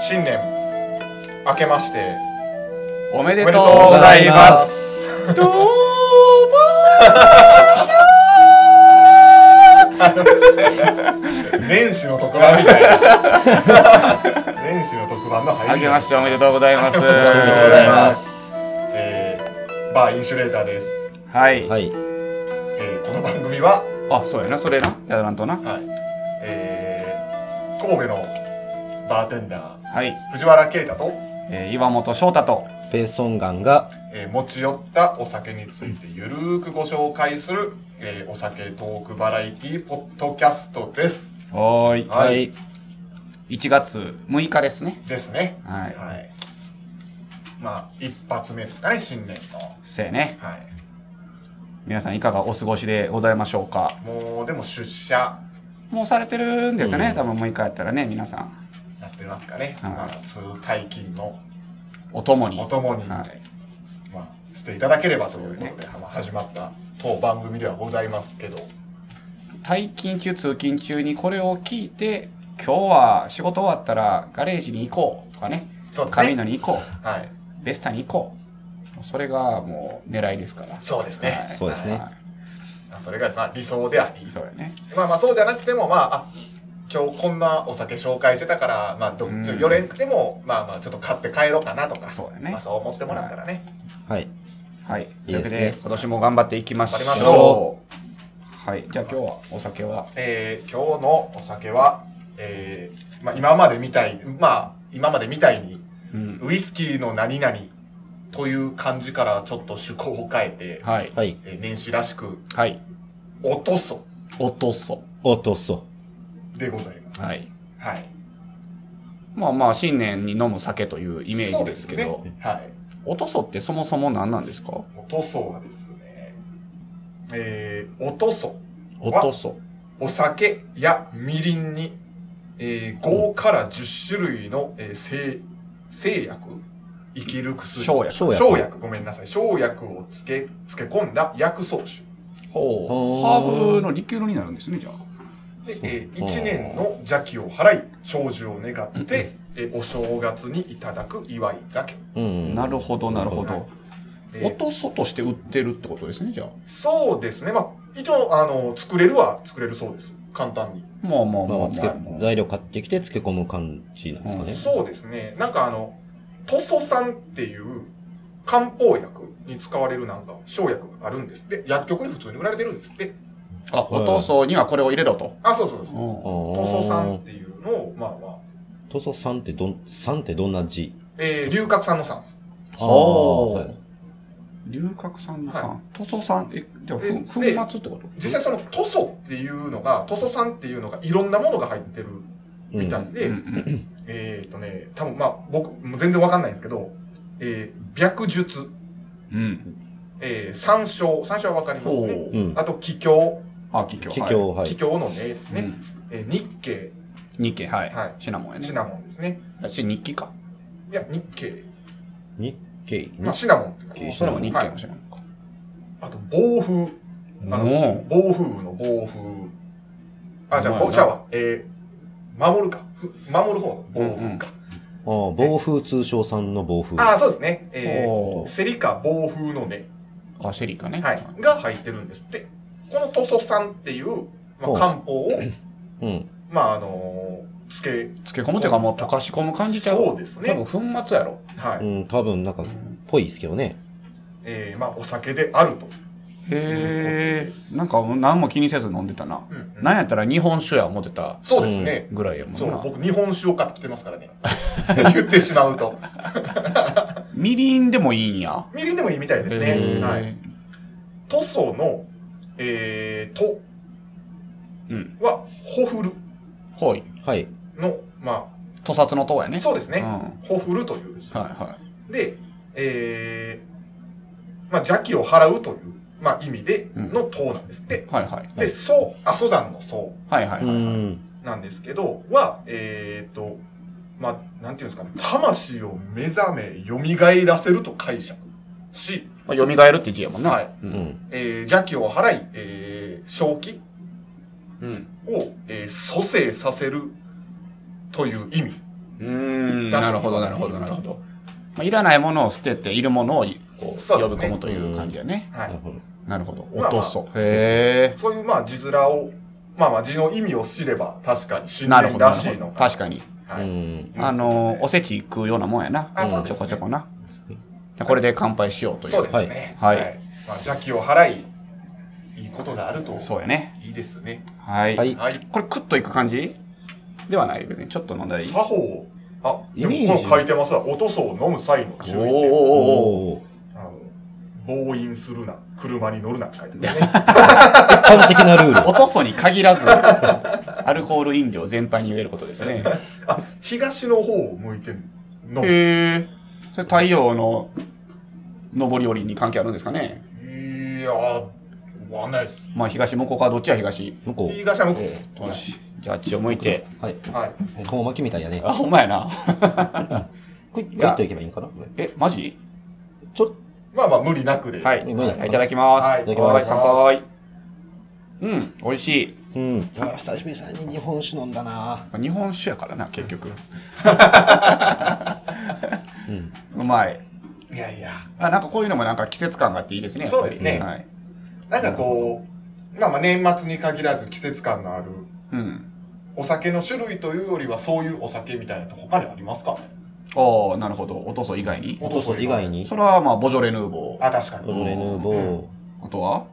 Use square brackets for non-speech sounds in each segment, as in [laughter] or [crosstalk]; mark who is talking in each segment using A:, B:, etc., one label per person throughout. A: 新年明けまして
B: おめで
A: と
B: と
A: う
B: う
A: ご
B: ご
A: ざ
B: ざ
A: い
B: い
A: ま
B: ます。
A: 年始の特番みた
B: [laughs]
A: いな年始の特番の
B: あ
A: 入り
B: けましておめでとうございます。おめ
A: で
C: ありがとうございます。
A: えーバーインシュレーターです、
B: はい。
C: はい。
A: えーこの番組は、
B: あ、そうやな、それな。やらんとな。
A: はいえー神戸のバーテンダー
B: はい。
A: 藤原啓太と、
B: えー岩本翔太と。
C: ペーソンガンが、
A: えー持ち寄ったお酒についてゆるーくご紹介する、えーお酒トークバラエティポッドキャストです
B: はー
A: はい
C: はい。
B: い。1月6日ですね。
A: ですね
B: はい
A: はい、まあ一発目ですかね新年の
B: せやね。
A: はい
B: 皆さんいかがお過ごしでございましょうか。
A: もうでも出社
B: もうされてるんですよね。多分6日やったらね、皆さん。
A: やってますかね、
B: はい
A: まあ、通退勤の
B: お供に。
A: お供に、
B: はい。
A: まあ、していただければということ
B: そう
A: で、まあ始まった当番組ではございますけど
B: 退勤中、通勤中にこれを聞いて、今日は仕事終わったらガレージに行こうとかね。
A: そうですね
B: 神野に行こう。
A: はい
B: ベスタに行こうそれがもう狙いですから
A: そうですね
B: はい
C: そうですね
B: は
A: まあそれがまあ理想であり
B: いそうやね
A: まあまあそうじゃなくてもまああ今日こんなお酒紹介してたから、まあ、ど
B: うん
A: ちょ寄れんくても、まあまあちょっと買って帰ろうかなとか
B: そうだね
A: まあ、そう思ってもらったらね、
C: はい。
B: はい
C: い
B: とい
C: い
B: うわけ
C: です
B: で
C: ね
B: 今年も頑張っていきましょう
A: 頑張りましょ
B: はいじゃあ今日はお酒は
A: えー今日のお酒は、えーまあ、今までみたいまあ今までみたいに
B: うん
A: ウイスキーの何々という感じからちょっと趣向を変えて、
B: はい
C: はい。
A: えー年始らしく
B: はい
A: 「おとそ
B: 落とそ」
C: 落とそ
A: でございます。
B: はい
A: はい、
B: まあまあ新年に飲む酒というイメージですけ
A: そう
B: ど
A: ねはい、
B: 落とそってそもそも何なんですか
A: おとそはですね、えー、おとそ
B: 落とそ
A: お酒やみりんに、えー、5から10種類の、えー、生生薬生きる薬
B: 生薬
C: 生薬
A: 生薬ごめんなさい生薬をつけつけ込んだ薬草酒
B: ほ
C: ほ
B: う
C: う
B: ハーブのリキュールになるんですねじゃあ
A: で
C: そう
A: えー一年の邪気を払い長寿を願って、えーお正月にいただく祝い酒、
C: う。うん。
B: なるほどなるほ
A: は
B: ど
A: えー
B: 落とそとして売ってるってことですねじゃあ
A: そうですねまあ一応あの作れるは作れるそうです簡単に
B: まあまあ
C: ま
B: まあ
C: あま
B: ま
C: あ、
B: あ
C: つけ
B: まあ、
C: 材料買ってきて漬け込む感じなんですかね。
A: そうですねなんかあの塗素酸っていう漢方薬に使われるなんか生薬があるんですって薬局に普通に売られてるんですって
B: あ、お塗装にはこれを入れろと。
A: あそうそうそう塗素酸っ
C: あ
A: ていうのをまあまあ、
C: あ。塗装さんってどん、さんってどんな字
A: えー、龍角散の酸です
C: ほう
B: はあ龍角散の
A: は
B: 酸、塗装酸、え、じゃあ、
A: で
B: ふん粉
A: で
B: 末ってこと
A: 実際その塗素っていうのが塗素酸っていうのがいろんなものが入ってるみたいで、
B: うんうん
A: えっ、とね、多分まあ僕、もう全然わかんないんですけど、えー、白術、
B: うん。
A: えー、山椒、山椒はわかりますね。
C: う
B: うん。
C: ん。
A: あと、気境、
B: あ、気境。
C: 気
B: は
C: 境、は
A: 気
C: い。
A: 境の根です
B: い。ね。う
A: ね。
B: ん
A: えー日経、
B: 日記、はい。
A: はい
B: シナモンやね
A: シ。ナモンですね。
B: あし、日記か。
A: いや、日経、
C: 日経、
A: まあ、
C: 日
A: シナモンって書いてます
B: それも日記
A: は
B: か
A: い
B: もしれない。
A: あと、暴風、あの
B: も
A: 暴風雨の暴風。あ、じゃ
B: う
A: あ、
B: まいな
A: お茶は、えー、守るか。ふ守る方の暴風か。
C: ああ、暴風通称さんの暴風。
A: ああ、そうですね。
B: う、
A: え
B: お
A: ー、セリカ暴風の根。
B: ーあ、シェリーかね。
A: はい、が入ってるんですって。この塗装酸っていう、まあ、
C: ほう
A: 漢方を、
C: うん。
A: まあ、あのー、つけ、
B: 漬け込むというか、もう溶かし込む感じちゃ
A: そう
B: う。
A: です
B: 多
A: ね。
B: 分粉末やろ。
A: は
C: う
A: い。
C: ん、多分なんか、ぽいですけどね。
A: えー、まあ、お酒であると。
B: へえ。なんか、何も気にせず飲んでたな。
A: うんうん
B: なんやったら日本酒や思ってた
A: そうですね。
B: ぐらいやもん
A: そう、
B: な。
A: 僕、日本酒を買ってきてますから
B: [laughs]
A: ね。言ってしまうと。
B: みりんでもいいんや。
A: みりんでもいいみたいですね。
C: へー
A: はい。。塗装の、えー、と
B: うん。
A: は、ほふる
B: ほい。
C: はい。
A: の、ま
B: 屠殺の塔や
A: あ、
B: ね。
A: そうです
B: うん。
A: ね。
B: は
A: ほふるという字
B: いは
A: で、えー、まあ、邪気を払うという、まあ、意味での塔なんですって。
B: い。はいはい。
A: で、層、阿蘇山の層
B: はいはいうはいはい。
C: ん。
A: なんですけど、は、えっ、と、まあ、なんていうんですかね、魂を目覚め、蘇らせると解釈し、
B: まあ、蘇るって字やもんな。
A: はい。
B: う。
C: うんん。
A: えー邪気を払い、えー正気
B: うん。
A: を、えー蘇生させるという意味
B: うーん
A: だと
B: なるほどなるほどなるほ
A: 言
B: ど、まあ、いらないものを捨てているものをこう
A: そうで
B: 呼
A: す
B: び
A: ね
B: 込むという感じやね
A: は
C: ないる。ほど。
B: なるほど
A: まあ
B: 落とそうへ
A: そういう、まあ、字面を、まあまあ、字の意味を知れば、確かに
B: え
A: 新
B: なる
A: 年
B: ほどな
A: ら
B: る
A: し
B: ほ
A: い
B: ど
A: のか。
B: 確かに
A: は
C: う
A: い。
C: ん。
B: あのおせち食うようなもんやな
A: あそうですね
B: ちょこちょこなこれで乾杯しようという
A: そうですね。
B: はい
A: まあ、邪気を払い、いいことがあると、
B: そうやね
A: いいですね。
B: はい、
C: はい
A: はい。
B: これクッといく感じではないよねちょっと飲んだらいい
A: 作法を、あ、でも
C: イメージ
A: この書いてますわ。おとそを飲む際の
B: お
A: 注
B: ー
A: 意点。
B: おーおー
C: おー。
A: あの、暴飲するな、車に乗るなって書いてます
B: [laughs]
A: ね。
C: 一般的なルール。
B: おとそに限らずアルコール飲料全般に言えることですね
A: あ、東の方を向いて飲む。
B: へえ。それ太陽の上り下りに関係あるんですかね。
A: いやー、わかんないです。
B: まあ東向こうかどっちは東。
C: 向こ
A: 東は向こうです。
B: よし。じゃああっちを向いて。
C: う。はい。
A: はい。
C: こう巻きみたいやね。
B: あ、ほんまやな。
C: これ、グイッといけばいいんかなこれ
B: え、マジ
C: ちょっ
A: まあまあ、無理なくで。
B: はい。
C: 無理だ
B: はいいただきます。
A: はい
C: いただきます
B: はい乾杯。うん、美味しい。
C: と、うん。あー、久しぶりに日本酒飲んだな
B: まあ日本酒やからな、結局。うまい。
A: いやいや。
B: あ、なんかこういうのもなんか季節感があっていいですね。やっぱり
A: そうですね
B: はい。
A: なんかこう、まあまあ年末に限らず季節感のある
B: うん。
A: お酒の種類というよりはそういうお酒みたいなのって他にありますかね
B: ああ、なるほど。おとそ以外に。
A: お
C: おとそ以外に
B: そ、れはまあ、ボジョレ・ヌーボー。
A: あ、確かに。
C: ボジョレ・ヌーボー。
B: あとは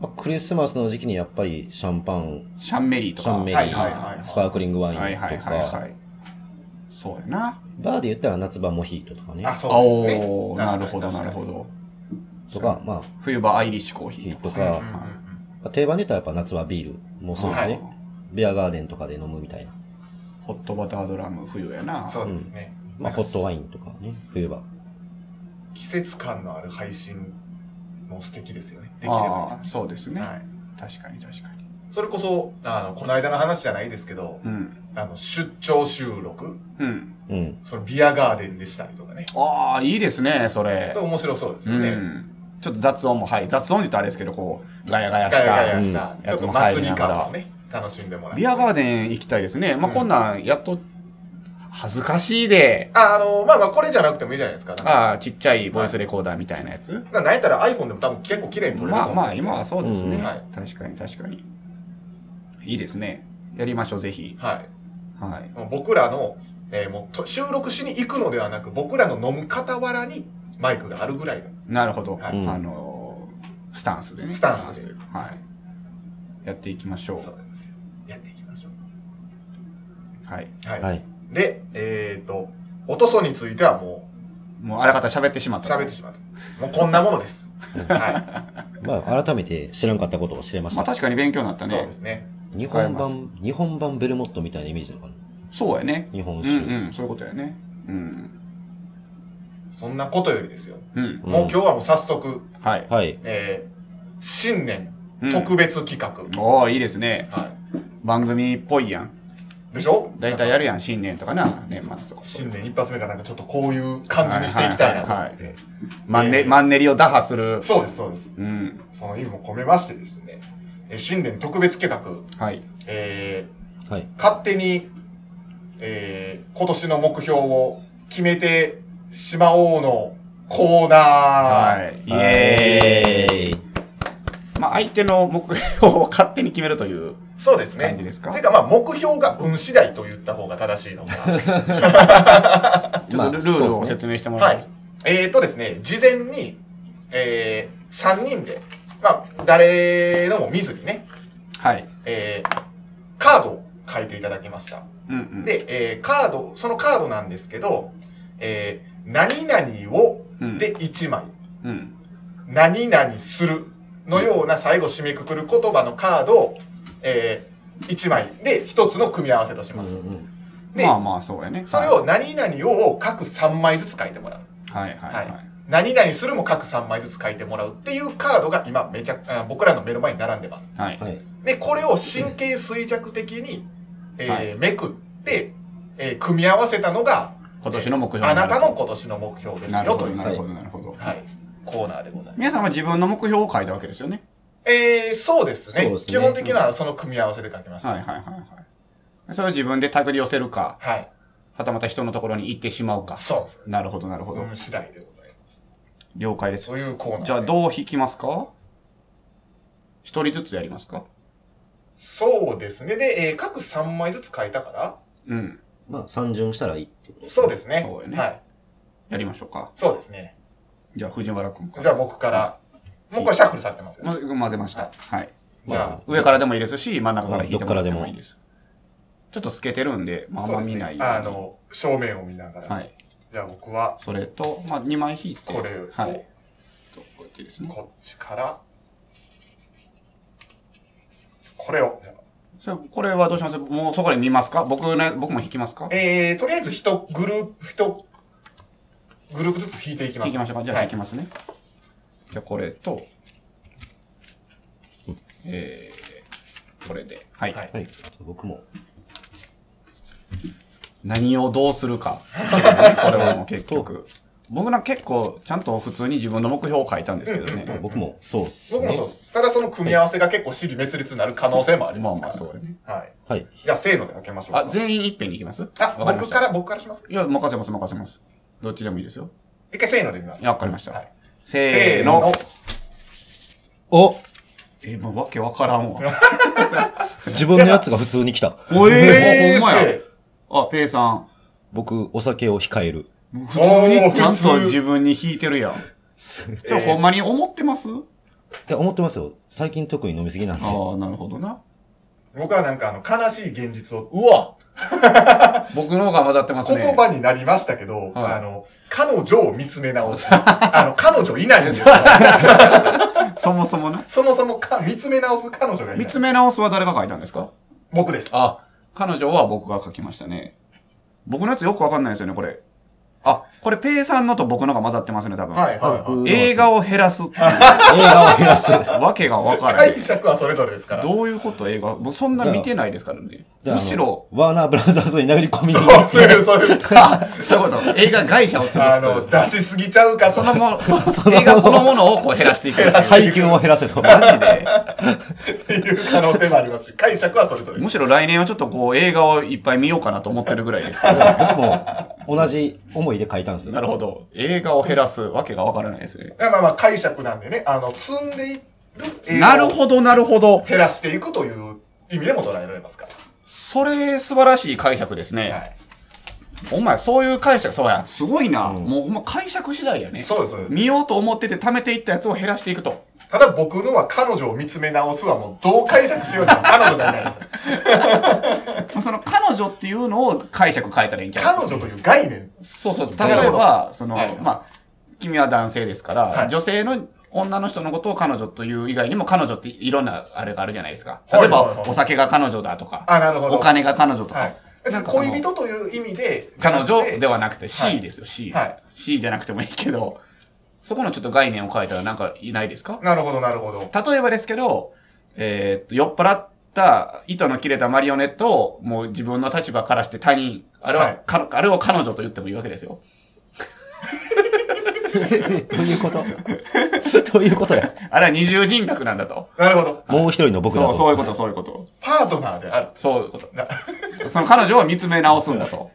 C: まあクリスマスの時期にやっぱりシャンパン、
B: シャンメリーと
C: シ
B: か。
C: ャンメリ
A: はいはいはいは
C: ー、
A: い
C: スパークリングワイン
B: はいはい
C: と
B: はいは
C: か、
B: い。そうやな。
C: バーで言ったら夏場モヒートとかね、
A: あ、そうですね。
B: おおー、な
A: 確かに
B: るほど
A: 確
B: な
A: かに
B: るほど。
C: とか、まあ、
B: 冬場アイリッシュコーヒ
C: ヒ
B: ー
C: ー
B: と
C: トと
B: か。
A: う
C: か
A: ん、うんうん
C: まあ定番で言ったらやっぱ夏はビールもそうですね。ビアガーデンとかで飲むみたいな。
B: ホットバタードラム冬やな。
A: そうですね。
C: まあ、ホットワインとかね、冬場。
A: 季節感のある配信も素敵ですよね。できれば
B: ああ、そうですね。
A: はい。
B: 確かに確かに。
A: それこそ、あの、この間の話じゃないですけど、
B: うん。
A: あの、出張収録、
B: うん。
C: うん。
A: そのビアガーデンでしたりとかね。
B: ああ、いいですね、それ
A: それ。面白そうです
B: う
A: よね。
B: ん。ちょっと雑音も、はい。雑音って言ったらあれですけど、こう、ガヤガヤ
A: ガ
B: し
A: ヤガ
B: た
A: ヤ。した、
B: うん
A: ちょっと祭り感をね、楽しんでもらって
B: ビアガーデン行きたいですね。まあ、こんなん、やっと、恥ずかしいで、
A: あ、あの、まあまあ、これじゃなくてもいいじゃないですか。なんか
B: ああ、ちっちゃいボイスレコーダーみたいなやつ。
A: なんやったら iPhone でも多分結構綺麗に撮れると
B: まあ
A: 思う。
B: まあ今はそうですね、
A: うんはい
B: 確かに確かにいいですねやりましょうぜひ
A: はい。
B: はい
A: もう僕らの、えーもうと収録しに行くのではなく、僕らの飲む傍らにマイクがあるぐらいの。
B: なるほど、
A: はい
B: あのースタンスでね
A: スタンスで
B: というかはいやっていきましょう
A: なんですよ。やっていきましょう。
B: はい
A: はい。
C: はい。
A: で、えっ、ー、と、おとそについてはも
B: もうあらかた喋ってしまっ
A: う
B: たと
A: 喋ってしまった。もうこんなものです。は
C: まあ、改めて知らんかったことを知れまし
B: まあ
C: た。
B: 確かに勉強になった
A: い。
B: ね
A: そうですね。
C: 日
B: 使え
C: 本
B: ます
C: 版、日本版ベルモットみたいなイメージなのかな
B: そうやね
C: 日本
B: うん
C: 酒。
B: うんそういうことやねうん
A: そんなことよりですよ。
B: うん
C: うん
A: もう今日はもう早速、
B: はい
C: はい。
A: えー、新年
B: うん
A: 特別企画。
B: おおいいですね
A: は
B: 番組っぽいやん
A: い。でしょ
B: だいたいやるやん新年とかな年末とか
A: 新年一発目がなんかちょっとこういう感じにしていきたいなと思っ
B: はいは
A: て。
B: いマン
A: え
B: ネ
A: ー
B: マンネリを打破する
A: そうです、そうです。
B: うん
A: その意味も込めましてですね、えー新年特別企画、
B: はい
A: え
C: はい。
A: ー、勝手に、えー、今年の目標を決めてしまおうのコーナー。
B: はい。イエーイ。まあ、相手の目標を勝手に決めるという。
A: そうですね。
B: 感じですか
A: てかまあ、目標が運次第と言った方が正しいのかな。
B: ちょっとルルールを説明してもら
A: はいい
B: ます。。
A: えーとですね、事前に、えー、3人で、まあ、誰のも見ずにね、
B: はい。
A: えー、カードを書いていただきました。
B: うんうん。
A: で、えーカード、そのカードなんですけど、えー何々を
B: うん
A: で1枚、
B: うん。
A: 何々するのような最後締めくくる言葉のカードを、え1枚で1つの組み合わせとします。
C: うん
A: で、
B: まあまあ、そうやね。
A: それを何々を各3枚ずつ書いてもらう。
B: はい、はいはいは。
A: はい何々するも各3枚ずつ書いてもらうっていうカードが今めちゃ、あ僕らの目の前に並んでます。
B: はい。
C: はい。
A: で、これを神経衰弱的に、えー
B: はい
A: めくって、えー組み合わせたのが、
B: 今年の目標
A: あなたの
B: こ
A: 今年の目標です
B: なる
A: よ
B: ほ
A: とい
B: ど、
A: う、
B: なるほど、なるほど。
A: はい、コーナーでございます。
B: 皆さんは自分の目標を書いたわけですよね。
A: えー、そうですね
C: そうですね
A: 基本的にはその組み合わせで書きました。
B: はいはいはいはい。それを自分で手繰り寄せるか、
A: はい。
B: はたまた人のところに行ってしまうか。
A: そうです。
B: なるほど、なるほど。
A: 運次第でございます。
B: 了解です。
A: そういうコーナーで。
B: じゃあ、どう弾きますか一人ずつやりますか
A: そうですね。で、えー各3枚ずつ書いたから、
B: うん。
C: まあ、三巡したらいいってこと
A: そうですね。
B: そうやね
A: はい。
B: やりましょうか。
A: そうですね。
B: じゃあ、藤原くんか
A: じゃあ僕から。もうこれシャッフルされてますよね。
B: ま混ぜました。はい。
A: じゃ
B: 上からでもいいですし、真ん中から引いてもらって
C: どっ
B: も
C: からでも
B: いいです。ちょっと透けてるんで、
A: あ、
B: まあ、あん
A: そう
B: ま
A: です
B: 見
A: ね
B: ないように
A: あの、正面を見ながら。
B: はい。
A: じゃあ僕は、
B: それと、まあ、2枚引いて。
A: これを
B: はい。とこうやってですね。
A: こっちから、これを、じゃあ
B: それこれはどうしますもうそこで見ますか僕ね、僕も引きますか
A: えー、とりあえず一グループ、一グループずつ引いていきます。
B: 引きましょうか。じゃあ
A: は
B: 引
A: い
B: きますね。じゃあこれと、えー、これで。はい。
A: はい
C: はい。ちょっと僕も。
B: 何をどうするか。これはもう結局。僕なんか結構、ちゃんと普通に自分の目標を書いたんですけど
C: まあ
B: ね。
C: 僕もそうっすね。
A: 僕もそうです。ただその組み合わせが結構尻滅裂になる可能性もあり
B: ま
A: ま
B: あ
A: すか
B: まあ、
A: ら。
B: そうやね。
A: はい。
C: はい。
A: じゃあ、せーので開けましょうか。
B: あ、全員いっぺんに行きます
A: あ
B: わりま
A: 僕
B: した
A: から、僕からします。
B: いや、任せます、任せます。どっちでもいいですよ。
A: 一回せーので見ます
B: い。や、わかりました。
A: はい
B: せーの。
C: お
B: え、もうわけわからんわ。
C: 自分のやつが普通に来た。
B: おえー、
A: ー
B: ほんま
A: せ
B: や
A: ー。
B: あ、ペイさん。
C: 僕、お酒を控える。
B: 普通にちゃん
A: お
B: と
A: ー
B: 自分に弾いてるやん。それほんまに思ってます、
C: って思ってますよ。最近特に飲みすぎなんで。
B: ああ、なるほどな。
A: 僕はなんかあの、悲しい現実を
B: うわ僕の方が混ざってますね。
A: 言葉になりましたけど、
B: はい
A: あの、彼女を見つめ直
B: [laughs]
A: す。あの、彼女いないんですよ。
B: そもそもな。
A: そもそもか、見つめ直す彼女がいな
B: 見
A: い
B: つ。め直すは誰が書いたんですか
A: 僕です。
B: あ、彼女は僕が書きましたね。僕のやつよくわかんないですよね、これ。あ、これペイさんのと僕のが混ざってますね、多分。
A: はいはい
C: 僕
A: は
C: の
B: 映画を減らすっていう
C: 映画を減らす。
B: わけがわか
A: い。 [laughs]
B: らない
A: 解。釈はそれぞれですから。
B: どういうこと映画僕そんな見てないですからね。
C: じゃあ
B: むしろ、。
C: あのワーナーブラザーズに殴り込みに。
A: そういう、そういう。
B: [laughs] あ、そういうこと。映画会社を潰
A: あ
B: すという
A: の、出しすぎちゃうか
B: そ
A: と。
B: のもの、そ映画そのものをこう減らしていく。マ
C: 配給を減らせと。
B: ジで。
A: っていう可能性もありますし、解釈はそれぞれ。
B: むしろ来年はちょっとこう映画をいっぱい見ようかなと思ってるぐらいですけど。
C: 僕も同じ思いで書い
B: [laughs]
C: たんです
B: な
C: よ。
B: るほど。映画を減らすわけがわからないですね。
A: まあまあ、解釈なんでね、あの、積んでいる映
B: なる
A: 画を
B: ほど、なるほど。
A: 減らしていくという意味でも捉えられますか
B: それ、素晴らしい解釈です
A: ら。
B: ね。
A: はい。
B: お前、そういう解釈、そうや。すごいな。
C: うん
B: もう、ほんま解釈次第やね。
A: そうです、そうです。
B: 見ようと思ってて、貯めていったやつを減らしていくと。
A: ただ僕のは彼女を見つめ直すはもうどう解釈しようにも彼女がいないんですよ。
B: [laughs] まあ、その、彼女っていうのを解釈変えたらいいんじゃない
A: 彼女という概念。
B: そうそう。例
A: なる
B: え
A: ほ
B: ば、その、
A: はい
B: まあ、君は男性ですから、
A: はい
B: 女性の女の人のことを彼女という以外にも彼女っていろんなあれがあるじゃないですか。
A: はい
B: 例えば、
A: はいはい
B: お酒が彼女だとか、
A: あ、なるほど。
B: お金が彼女とか。
A: はい。
B: なんかその
A: 恋人という意味で。
B: 彼女で
A: は。
B: はなくて
A: は
B: C
A: い
B: ですよ、C、
A: はい
B: C じゃなくてもいいけど、そこのちょっと概念を変えたらなんかいないですか
A: なるほど、なるほど。
B: 例えばですけど、えーっと、酔っ払った糸の切れたマリオネットをもう自分の立場からして他人、あれは、
A: はい
B: かあれを彼女と言ってもいいわけですよ。
C: どういうことどういうことや。
B: あれは二重人格なんだと。
A: なるほど。
C: もう一人の僕だ
B: そう、
C: と。
B: そういうこと、そういうこと。
A: パートナーである。
B: そういうこ
A: な
B: と。 [laughs] その彼女を見つめ直すんだと。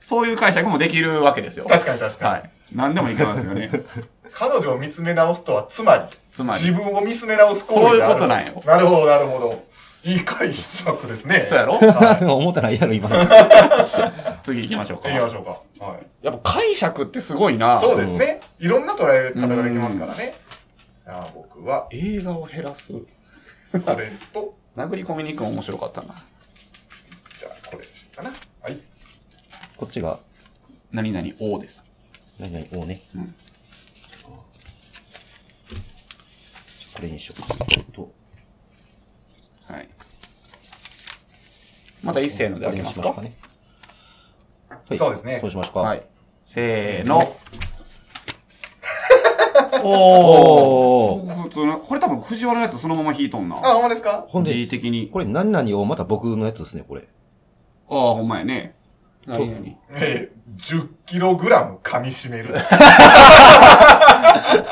B: そういう解釈もできるわけですよ。
A: 確かに確かに
B: はい。何でもいけますよ [laughs] ね。
A: 彼女を見つめ直すとは、つまり、
B: つまり
A: 自分を見つめ直す行為である
B: そういうこと
A: なるほど、なるほど。いい解釈ですね。
B: そうやろ
A: は
C: [laughs] 思ったらやろ、今の。
B: 次行きましょう [laughs] か。
A: い。行きましょうか。はい。
B: やっぱ解釈ってすごいな。
A: そうですね。いろんな捉え方ができますからね。じゃあ僕は、
B: 映画を減らす。
A: これと、 [laughs]
B: 殴り込みに行くの面白かったな。
A: じゃあこれにしようかな。はい。
C: こっちが、
B: 何々 O です。
C: 何々、おうね。
B: うん
C: これにしようか。と、
B: はい。また一斉ので開けますか
C: これにしましょうかねはい。
A: そうですね
C: そうしましょうか。
B: はい。せーの。おお。
C: おー。
B: 普通の、これ多分藤原のやつそのまま引いとん
A: あ、
B: な。
A: ほんまですか
C: ほんで
B: G、的に。
C: これ何々をまた僕のやつですね、これ。
B: ああ、ほんまやね。何々
A: えー、10キログラム噛み締め
B: [laughs]
A: る。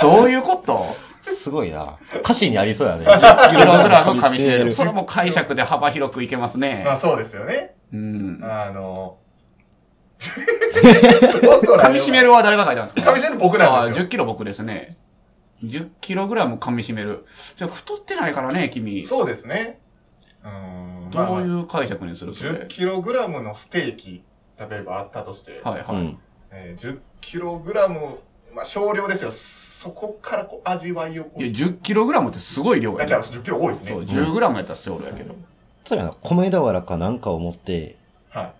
B: どういうこと
C: すごいな。歌詞にありそうやね。
B: キログラム噛み締める。そ
C: そ
B: れも解釈で幅広くいけますね [laughs]
A: ま。あそうですよね。
B: うん。
A: あの、噛
B: 噛み締めるは誰が書いたんですか
A: 噛み締める僕なんですよ
B: あー10キロ僕ですね。10キログラム噛み締める。じゃあ太ってないからね、君。
A: そうですね。うーん。まあ
B: ど
A: まあ
B: ういう解釈にするそれ。
A: 10キログラムのステーキ、例えばあったとして、
B: はいはい。
C: [laughs] うん。
A: えー10キログラム、まあ少量ですよ。そこからこう味わいをこう。
B: いや、10キログラムってすごい量
A: あ
B: や
A: じゃあ
B: ね。
A: 10キロ多いですね。
B: そう、10グラムやったら少量やけど。
C: そうやな、米俵かなんかを持って、
A: は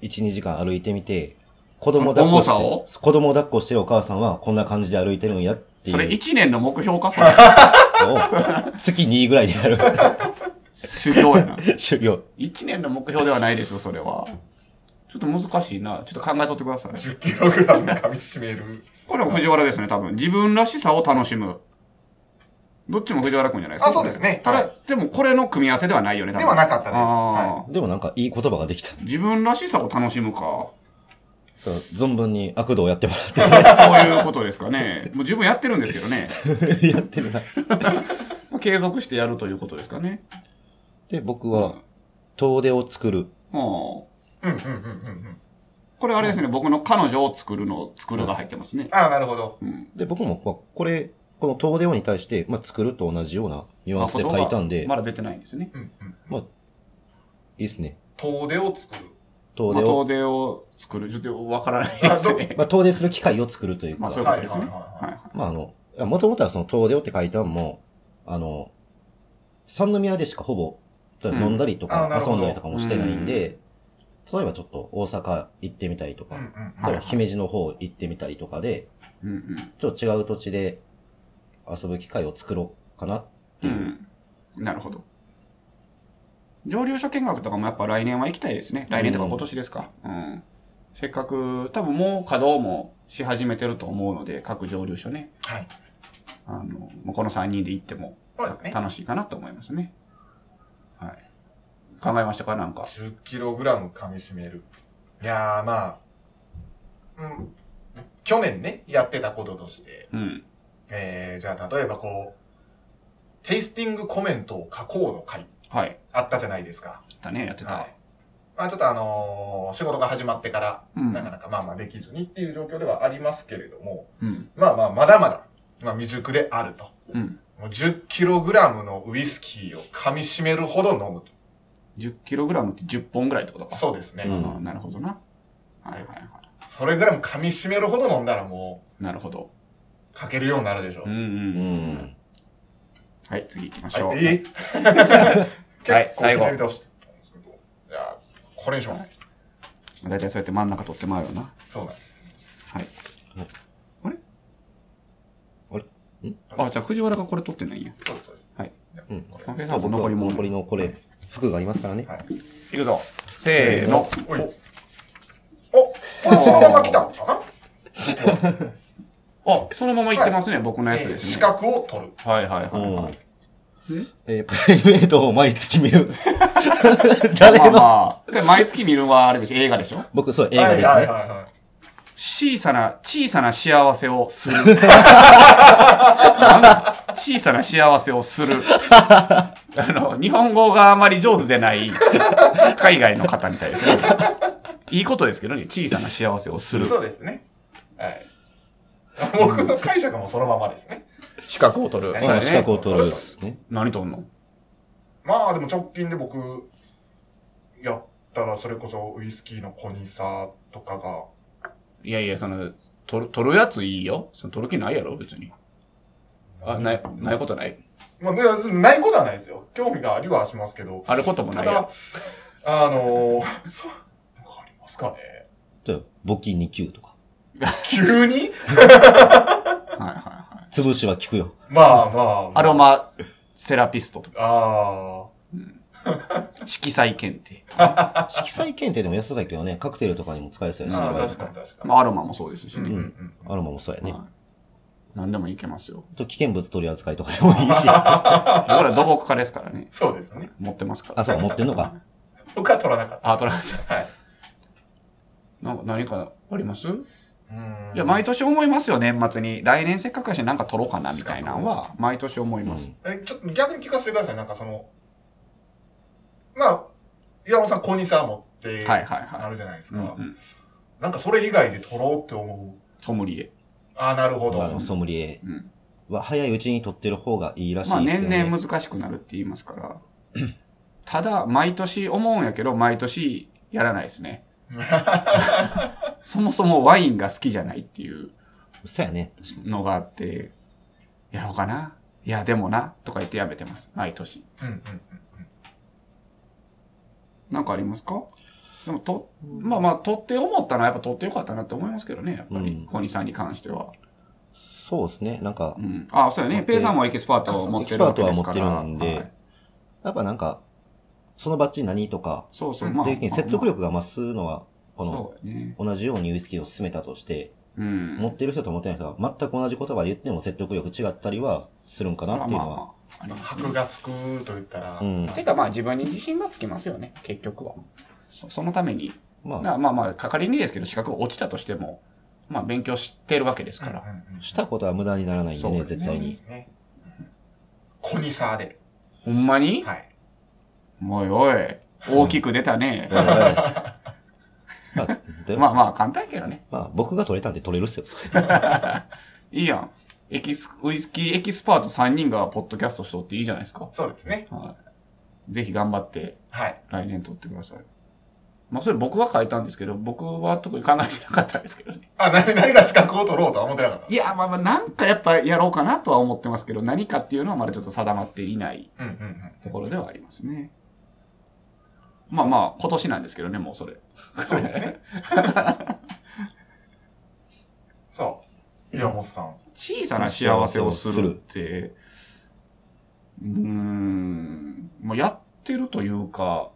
A: い。
C: 1、2時間歩いてみて、子供抱っこ
B: 重さを
C: して、子供抱っこしてるお母さんはこんな感じで歩いてるんやっていう
B: それ
C: の
B: 1年の目標か、
A: [laughs]
B: それ。
C: を、月2ぐらいでやる [laughs]
B: 修行やな。
C: 修行。
B: 1年の目標ではないですよ、それは。ちょっと難しいな。ちょっと考えとってください。
A: 10キログラム噛み締める。
B: これも藤原ですね、多分。自分らしさを楽しむ。どっちも藤原くんじゃないですか。
A: あそうですね
B: ただ、
A: はい
B: でもこれの組み合わせではないよね、多分。
A: ではなかったです
B: あー
A: は
C: でもなんかいい言葉ができた。
B: 自分らしさを楽しむか。 [laughs]
C: そう存分に悪道やってもら
B: そういうことですかね。もう十分やってるんですけどね。
C: って、やってるな。
B: まあ継続してやるということですかね。
C: [laughs] で、僕は、遠出を作る。
B: うんこ
A: うんうんうんうんうん。
B: れあれですね、僕の彼女を作るの、作るが入ってますね。
A: ああ、なるほど。
C: で、僕も、まあこれ、この遠出をに対して、まあ、作ると同じようなニュアンスで書いたんで、
B: まだ出てないんですね。
A: うんうん。
C: いいですね。
A: 遠出を作る。
C: 遠
B: まあ、
C: 出を、
B: 遠出を作る。ちょっとわからないですね。
C: まあ、遠出する機会を作るという
B: まあ
C: か、
B: そういうことですね。
A: はいはい
B: は。
A: はい
C: まあ、あの、もともとはその遠出をって書いたのも、あの、三宮でしかほぼ、
B: ん
C: 飲んだりと
A: あ
C: か
A: なるほ
C: 遊
A: ど
C: んだりとかもしてないんで、例えばちょっと大阪行ってみたりと
A: う
C: か
A: んう、ん
B: はい
C: 例えば姫路の方行ってみたりとかで、
B: うんうん。
C: ちょっと違う土地で遊ぶ機会を作ろうかな。
B: うん。なるほど。蒸留所見学とかもやっぱ来年は行きたいですね。来年とか今年ですか。うん。せっかく、多分もう稼働もし始めてると思うので、各蒸留所ね。
A: はい。
B: あの、もうこの3人で行っても、
A: そうですね
B: た楽しいかなと思いますね。はい。考えましたかなんか。
A: 10キログラム噛み締める。いやーまあ、うん。去年ね、やってたこととして、
B: うん。
A: えー、じゃあ例えばこう、テイスティングコメントを書こうの回、
B: はい。
A: あったじゃないですか。
B: だね、やってた。
A: はい。まあちょっとあのー仕事が始まってから、
B: うん
A: なかなかまあまあできずにっていう状況ではありますけれども、
B: うん。
A: まあまあまだまだ、まあ未熟であると。
B: うん。
A: もう10キログラムのウイスキーを噛み締めるほど飲むと。
B: 10kg って10本ぐらいってことか。
A: そうですね。
C: うん
B: あーなるほどな。はいはいは
A: それぐらいも噛み締めるほど飲んだらもう、
B: い。なるほど。
A: かけるようになるでしょ
B: うんう。
C: うん
B: うん。
C: ん。
B: はい、次行きましょう。
A: はい、いい
B: はい最後
A: 結構左倒してたんですけどじゃあ、これにします。
B: 大体そうやって真ん中取ってまうよな。
A: そうなんです。
B: はい。
C: あれ
B: あ、じゃあ藤原がこれ取ってないんや。
A: そうです、そうです。
B: はい。
A: じゃあ
C: うん
A: これ
B: カフェさんも残
C: 残
B: り
C: り
B: もん。
C: 残りのこれ、服がありますからね。
A: はい。
B: いくぞ。せーの。
A: おい。お、これそのまま来たのかな
B: あ、そのままいってますね、僕のやつ
A: えー
B: です
A: 資
B: ね。
A: 格を取る。
B: はいはいはいは
C: うん
B: い。
C: えープライベートを毎月見る。誰
B: まあ
C: の、
B: まあ、それ毎月見るはあれでしょ、映画でしょ
C: 僕、そう、映画です
A: はい
C: ね。
A: はいは
B: 小さな、小さな幸せを [laughs] する。なんだ小さな幸せをする。あの、日本語があまり上手でない海外の方みたいですね。いいことですけどね、小さな幸せをす
A: い。
B: る。
A: そうですね。はい。僕の解釈もそのままですね。
B: 資格を取る。
A: そう
C: う
A: だ
C: ん
A: ね
C: 資格を取るですね。
B: 何取んの
A: まあでも直近で僕、やったらそれこそウイスキーのコニサとかが、
B: いやいや、その、取る、取るやついいよ。その取る気ないやろ、別に。あ、ない、ないことない。
A: まあ、いやないことはないですよ。興味がありはしますけど。
B: あることもな
A: た
B: いやん
A: だ。、あのー、そう、なんかありますかね
C: 例えば簿記2級とか。
A: 急に
B: はいはいはい。
C: 潰しは効くよ。
A: まあまあ、ま
B: アロマセラピストとか、
A: あ
B: 色彩検定。
C: 色彩検定でも安いけどね、カクテルとかにも使えそう
A: ー
C: やし、
A: あー、確
C: ア
A: かに確かに。
B: まあ、アロマもそうですし
A: うん
B: ね。
A: う
B: は
A: ん
C: ロマもそうや
B: い
C: ね。
B: 何でもいけますよ。
C: と危険物取り扱いとかでもいいし。
B: だから土木家ですからね。
A: そうですね。
B: 持ってますから。
C: あ、そう、持ってんのか。
A: 僕は取らなかっ
B: あ、取られた。
A: た。はい。
B: なんか何かあります
A: うーん
B: いや、毎年思いますよ、年末に。来年せっかくやし、なんか取ろうかな、みたいなのは、毎年思います。
A: え、ちょっと逆に聞かせてください。なんかその、まあ、岩本さん、コニサ持って、
B: はいはいはい
A: あるじゃないです
B: うんう
A: か。
B: ん
A: なんかそれ以外で取ろうって思う。
B: ソムリエ。
A: ああ、なるほど。
C: あのソムリエ
B: うん
C: は早いうちに取ってる方がいいらしい
B: まあ
C: ですけど
B: 年
C: ね
B: 々難しくなるって言います
C: [clears throat]
B: から。ただ、毎年思うんやけど、毎年やらないです
C: [laughs]
B: ね。そもそもワインが好きじゃないっていう
C: そうやね。
B: のがあって、やろうかな。いや、でもな。とか言ってやめてます。毎年。
A: うんうん
B: なんかありますかでもと、まあまあ、取って思ったのはやっぱ取ってよかったなって思いますけどね、やっぱり。
C: うん
B: 小西さんに関しては。
C: そうですね。なんか
B: う、ん。あ、そうだね。
C: 待って
B: ペイさんもエキスパートを持ってるわけですから。
C: エキスパートは持ってるんで
B: はい
C: やっぱなんか、そのバッジ何とか、
B: そうそう。
A: うん
B: まあ
C: っていう時に説得力が増すのは、この、
B: そうだね。
C: 同じようにウイスキーを進めたとして、
B: うん。
C: 持ってる人と持ってない人は全く同じ言葉で言っても説得力違ったりはするんかなっていうのは。
B: あり
A: うん。
B: ますね
A: 箔がつくと言ったら、
C: うん。
B: てかまあ自分に自信がつきますよね、結局は。そそのために。
C: まあ、
B: なまあまあ、かかりにですけど、資格が落ちたとしても、まあ勉強してるわけですから。
A: うんうん
C: したことは無駄にならないんで
B: そ
C: ね、
B: うです
C: 絶対
A: そうで
C: に
A: す。ね。コニサーで。
B: ほんまに、
A: はい。
B: おいおい、大きく出たね。
C: ええ
B: [laughs]
C: まあ、で
B: まあ
C: ま
B: まあ簡単やけどね。
C: あ、僕が取れたんで取れるっ
B: [laughs]
C: すよ。それ
B: いいやん。エキス、ウイスキーエキスパート3人がポッドキャストしとっていいじゃないですか。
A: そうですね。
B: はい。ぜひ頑張って
A: はい。
B: 来年撮ってください。まあそれ僕が書いたんですけど、僕は特に考えてなかったですけどね。
A: あ、何、何が資格を取ろうとは思ってなかっ
B: いや、まあまあなんかやっぱやろうかなとは思ってますけど、何かっていうのはまだちょっと定まっていない
A: た。うんうんうん。
B: ところではありますね。まあまあ今年なんですけどね、もうそれ。
A: そうですね。そう。岩本さん。
B: 小さな幸せをするって、うーん、まあ、やってるというか、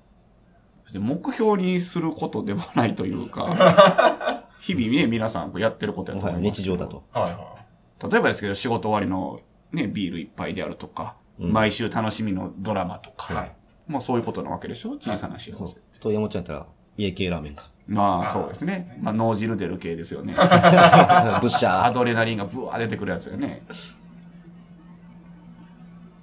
B: そして目標にすることではないというか、
C: [laughs]
B: 日々ね、皆さんこうやってることや
C: も
B: と
C: はや
B: 思います
C: 日
B: けど。
C: 常だと。
A: はいは
B: 例えばですけど、仕事終わりのね、ビール一杯であるとか、
C: うん
B: 毎週楽しみのドラマとか、
A: はい
B: まあそういうことなわけでしょ小さな幸せ。
C: そう。と、山本ちゃんやったら、家系ラーメンか。
B: まあ
A: あー
B: そうです
A: そうです
B: ね
A: ね。
B: まあ脳汁出る系ですよね。 [laughs]
C: ブッシ
B: ア
C: ャー。
B: ドレナリンがブワー出てくるやつよね。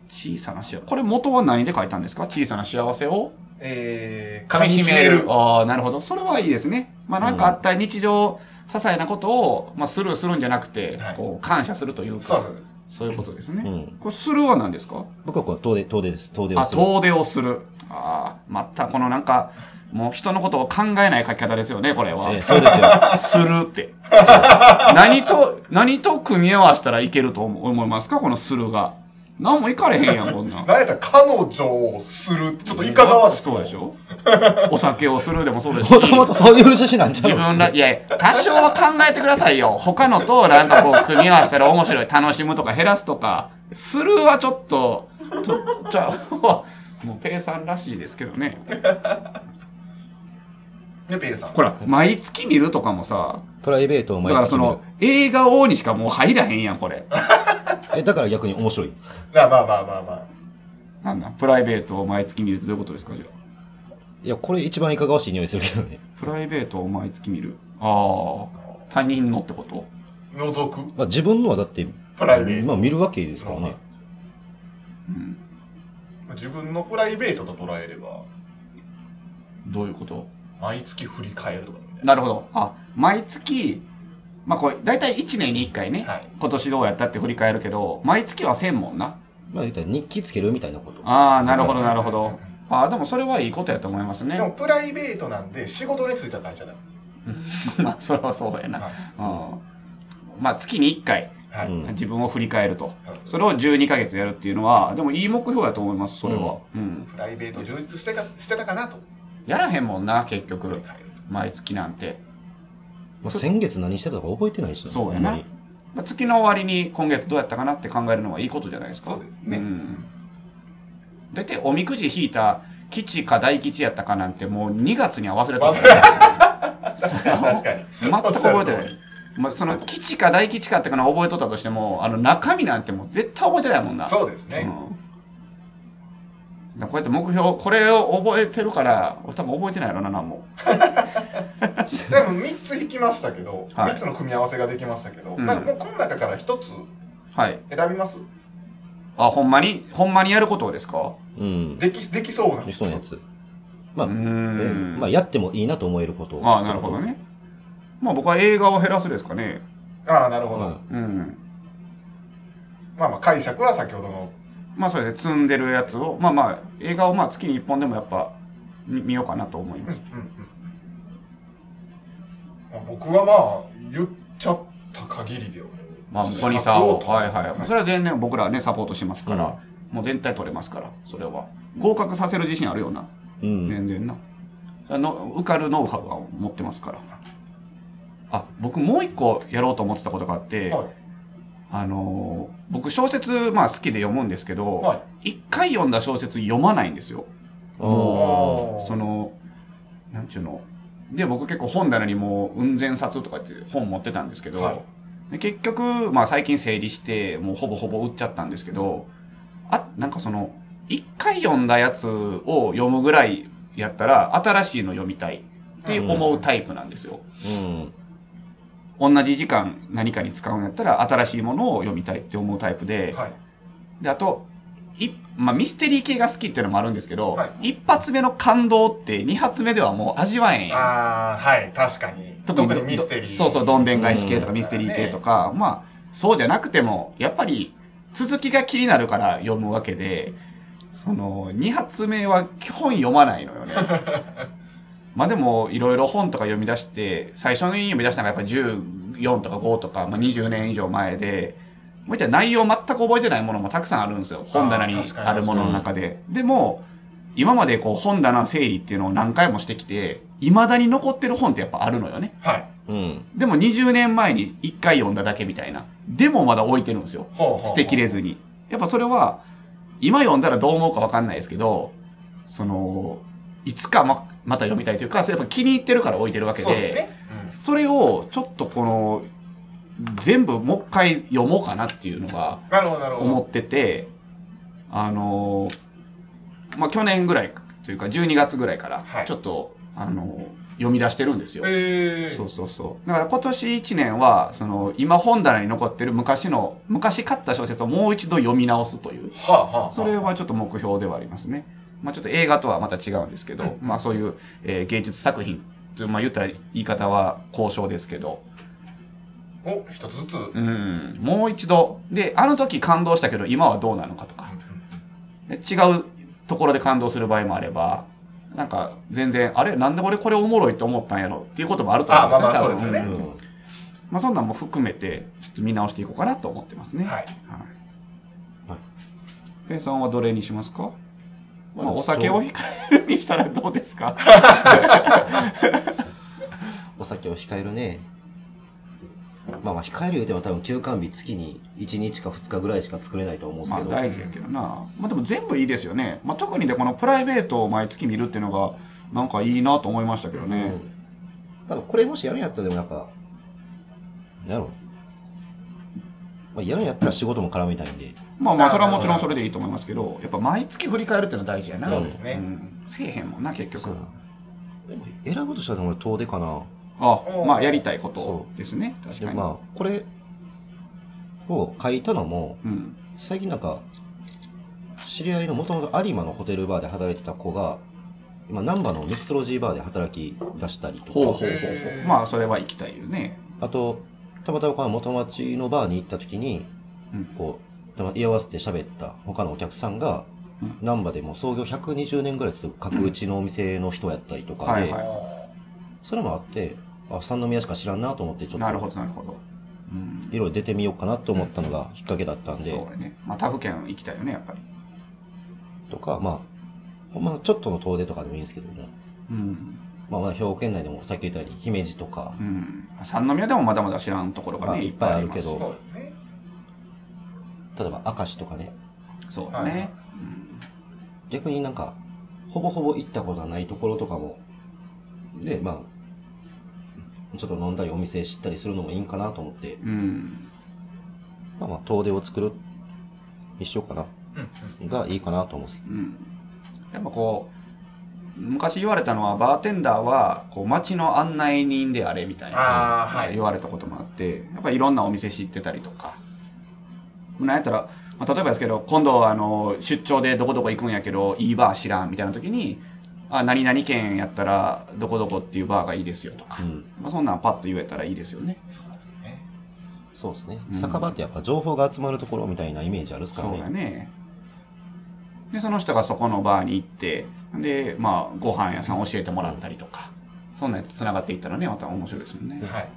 B: 小さな幸せ。これ元は何で書いたんですか小さな幸せを
A: えー、
B: 噛み
A: 噛み
B: 締
A: 締
B: め
A: め
B: る
A: る。。
B: ああ、なるほど。それはいいですね。まあなんかあった日常、些細なことを、まあ、スルーするんじゃなくて、
A: はい
B: こう、感謝するという
A: そう
B: か、
A: そうです。
B: そういうことです
C: う
B: ね。
C: ん。
B: これスルーは何ですか
C: 僕はこの遠出、遠出です。遠出を
B: あ、
C: する。
B: 遠出をする。ああ、またこのなんか、もう人のことを考えない書き方ですよね、これは。
C: ええそうですよ。
B: するって。何と、何と組み合わせたらいけると思思いますかこのするが。何もいかれへんやん、こんなん。
A: なんやったら彼女をするってちょっといかがわしく
B: そう
A: も
B: でしょお酒をするでもそうですし。
C: もともとそういう趣旨なんちゃ
B: 自
C: う
B: 分ら、いやいや、多少は考えてくださいよ。他のとなんかこう、組み合わせたら面白い、楽しむとか減らすとか、するはちょっと、ちょ [laughs] っと、もうペイさんらしいですけどね。
A: で、ペイさん。
B: ほら、毎月見るとかもさ、
C: プライベートを
B: だ
C: 毎
B: から
C: 月
B: そ
C: 見る
B: の、映画王にしかもう入らへんやん、これ。
C: え、だから逆に面白い。
A: まあまあまあまあまあ。
B: なんだプライベートを毎月見るってどういうことですかじゃあ。
C: いや、これ一番いかがわしい匂いするけどね。 [laughs]
B: プライベートを毎月見る。ああ。他人のってこと
A: 覗く
C: まあ自分のはだって、
A: プライベート。
C: まあ見るわけですからね。
B: うん。
A: 自分のプライベートと捉えれば、
B: どういうこと
A: 毎月振り返るとかみたい
B: なるほど。あ、毎月、まあこれ、だいたい1年に1回ね、
A: な。はい。
B: 今年どうやったって振り返るけど、毎月はせんもんな。
C: まあ言ったら日記つけるみたいなこと。
B: ああ、なるほど、なるほ
A: うん
B: ど。ああ、でもそれはいいことやと思います
A: で
B: ね
A: も。プライベートなんで仕事についた会社なんですよ。
B: [laughs] まあ、それはそうやな。
A: は
B: うん。まあ、月に1回、
A: い。はい。
C: うん
B: 自分を振り返ると。
A: そうです
B: それを12ヶ月やるっていうのは、でもいい目標やと思います、それは。うん
A: プライベート充実してかしてたかなと
B: やらへんもんな、結
A: 振り
B: 局。
A: 返ると。
B: 毎月なんて。
C: まあ、先月何してたか覚えてないし
B: そうやな
C: あんまり
B: まあ月の終わりに今月どうやったかなって考えるのはいいことじゃないですか。
A: そうですね
B: うん。だいたいおみくじ引いた吉か大吉やったかなんてもう2月には忘れた。
A: 忘確かに。
B: 全く覚えてない。まあ、その吉か大吉かってかな覚えとったとしても、あの中身なんてもう絶対覚えてないもんな。
A: そうですね。
B: うん、だからこうやって目標、これを覚えてるから、俺多分覚えてないやろな、何も。
A: でも3つ引きましたけど、
B: は
A: 3
B: い
A: つの組み合わせができましたけど、
B: うん
A: なんかもうこの中から1つ
B: はい。
A: 選びます
B: あ、ほんまに、ほんまにやることをですか
C: うん。
A: できできそうな
C: でそうなやつ。まあ、
B: うー
C: え
B: ん。
C: まあ、やってもいいなと思えること
B: ああ、なるほど。ね。まあ僕は映画を減らすですかね。
A: ああ、なるほど。
C: うん
B: うん。
A: まあまあ、解釈は先ほどの。
B: まあそうですね、積んでるやつを、まあまあ、映画をまあ月に1本でもやっぱ見見ようかなと思い
A: うんう
B: ま
A: ん
B: す。
A: うんまあ。僕はまあ、言っちゃった限りでは。
B: まあ、モニターを。
A: サポート
B: はいはい。それは全然僕らね、サポートしますから、もう全体取れますから、それは。合格させる自信あるよな。
C: うん。
B: 全然な。あの受かるノウハウは持ってますから。あ、僕もう一個やろうと思ってたことがあって、
A: はい。
B: あのー僕小説、まあ好きで読むんですけど、
A: はい。
B: 一回読んだ小説読まないんですよ。
C: おー
A: ー
B: その、なんちゅうの。で、僕結構本棚にもう、うん千冊とかっていう本持ってたんですけど、
A: はい
B: で結局、まあ最近整理して、もうほぼほぼ売っちゃったんですけど、あ、なんかその、一回読んだやつを読むぐらいやったら、新しいの読みたいって思うタイプなんですよ。
C: うん。
B: 同じ時間何かに使うんやったら、新しいものを読みたいって思うタイプで、
A: はい。
B: で、あと、いまあ、ミステリー系が好きっていうのもあるんですけど、
A: は
B: 一発目の感動って二発目ではもう味わえんやん。
A: ああ、はい。確かに。特にミステリー。
B: どそうそう、どんでん返し系と
A: う
B: か
A: ん
B: ミステリー系とか、まあ、そうじゃなくても、やっぱり続きが気になるから読むわけで、その、二発目は基本読まないのよね。
A: [laughs]
B: まあでも、いろいろ本とか読み出して、最初に読み出したのがやっぱ14とか5とか、まあ20年以上前で、もう一回内容全く覚えてないものもたくさんあるんですよ。本棚に
A: あー確かに
B: あるものの中で。でも、今までこう本棚整理っていうのを何回もしてきて、未だに残ってる本ってやっぱあるのよね。
A: はい。
C: うん。
B: でも20年前に1回読んだだけみたいな。でもまだ置いてるんですよ。
A: ほうほうほう
B: 捨てきれずに。やっぱそれは、今読んだらどう思うかわかんないですけど、その、いつかままた読みたいというか、それやっぱ気に入ってるから置いてるわけ
A: そうです
B: で、
A: ね。
B: それをちょっとこの、全部もう一回読もうかなっていうのが
A: うんなるほど、なるほ
B: 思
A: ど。
B: ってて、あの、まあ、去年ぐらいというか12月ぐらいから
A: は、い
B: ちょっと、あの、読み出してるんですよ。
A: ええ。
B: そうそうそう。だから今年1年は、その、今本棚に残ってる昔の、昔買った小説をもう一度読み直すという、
A: はあ、はあはあ。
B: それはちょっと目標ではありますね。まあちょっと映画とはまた違うんですけど、まあそういう、えー芸術作品という、まあ言ったら言い方は交渉ですけど、
A: お、一つずつ。うんうん
B: うん、もう一度、で、あの時感動したけど今はどうなのかとか、で違うところで感動する場合もあれば、なんか全然、あれなんで俺これおもろいと思ったんやろっていうこともあると思うん
A: あまあまあ
B: 多分
A: そうですよね
B: んまあ、そんなんも含めて、ちょっと見直していこうかなと思ってますね。
A: はい。
B: はい。
C: はい
B: ペイさんはどれにしますか、まあ、
C: まあ
B: お酒を控えるにしたらどうですか
C: お酒を控えるね。まあまあ、控えるようでも多分休館日月に1日か2日ぐらいしか作れないと思うんです
B: ま
C: け
B: あ、
C: ど。
B: 大事やけどな。まあ、でも全部いいですよね。まあ、特にでこのプライベートを毎月見るっていうのが、なんかいいなと思いましたけど
C: う
B: ね。
C: ん。なんかこれもしやるんやったらでもやっぱ、なんやろ。まあ、やるんやったら仕事も絡みたいんで。
B: まあまあ、それはもちろんそれでいいと思いますけど、やっぱ毎月振り返るっていうのは大事やな。
A: そうですね
B: んせえへんもんな、結局。
C: でも選ぶとしたらでも俺遠出かな。
B: あ
A: う、ん
B: まあ、やりたいこ
C: そ
B: とですね。確
C: で
B: かに。
C: まあ、これを書いたのも、
B: うん。
C: 最近なんか、知り合いのもともと有馬のホテルバーで働いてた子が、今、難波のミクソロジーバーで働き出したり
B: ほうほ
C: と
B: う
C: か、
B: ほうほ
A: へ
B: う。
A: ー
B: まあ、それは行きたいよね。
C: あと、たまたまこの元町のバーに行った時に、
B: うん
C: こう、たま居合わせて喋った他のお客さんが
B: うん、
C: 難波でもう創業120年ぐらい続く角打ちのお店の人やったりとか
B: うん
C: で
B: は、い
C: それもあって、あ、三宮しか知らんなと思って、ちょっ
B: なるほ
C: と、
B: ど、なるほど。うん。
C: いろいろ出てみようかなと思ったのがきっかけだったんで、
B: そうやね。まあ、他府県行きたいよね、やっぱり。
C: とか、まあ、ほんまちょっとの遠出とかでもいいんですけども、
B: うん。
C: まあ、まあ兵庫県内でもさっき言ったように姫路とか
B: う、ん。三宮でもまだまだ知らんところが
C: まあ
B: ね、
C: い
B: い
C: っ
B: っ
C: ぱ
B: ぱい
C: いあ
B: あ
C: る
B: る
C: け
B: け
C: ど
B: ど。
A: そうですね。
C: 例えば明石とかね、
B: そうだね。
C: 逆になんか、ほぼほぼ行ったことはないところとかも、で、まあ、ちょっと飲んだりお店知ったりするのもいいんかなと思って、
B: うん。
C: まあまあ遠出を作る、にしようかな、
A: うんうん。
C: がいいかなと思うんです。
B: うん。やっぱこう、昔言われたのは、バーテンダーは、こう、街の案内人であれみたいな。
A: ああ、はい。
B: 言われたこともあって、やっぱりいろんなお店知ってたりとか、なんやったら、まあ、例えばですけど、今度はあの出張でどこどこ行くんやけど、いいバー知らんみたいな時に、あ、何々県やったら、どこどこっていうバーがいいですよとか
C: う。ん。
B: まあ、そんなんパッと言えたらいいですよね。
A: そうですね。
C: そうですね。
B: うん
C: 酒場ってやっぱ情報が集まるところみたいなイメージあるっすから
B: そう
C: ね。
B: だね。で、その人がそこのバーに行って、で、まあ、ご飯屋さん教えてもらったりとか、そんなんやつ繋がっていったらね、また面白いですもんね。
A: はい。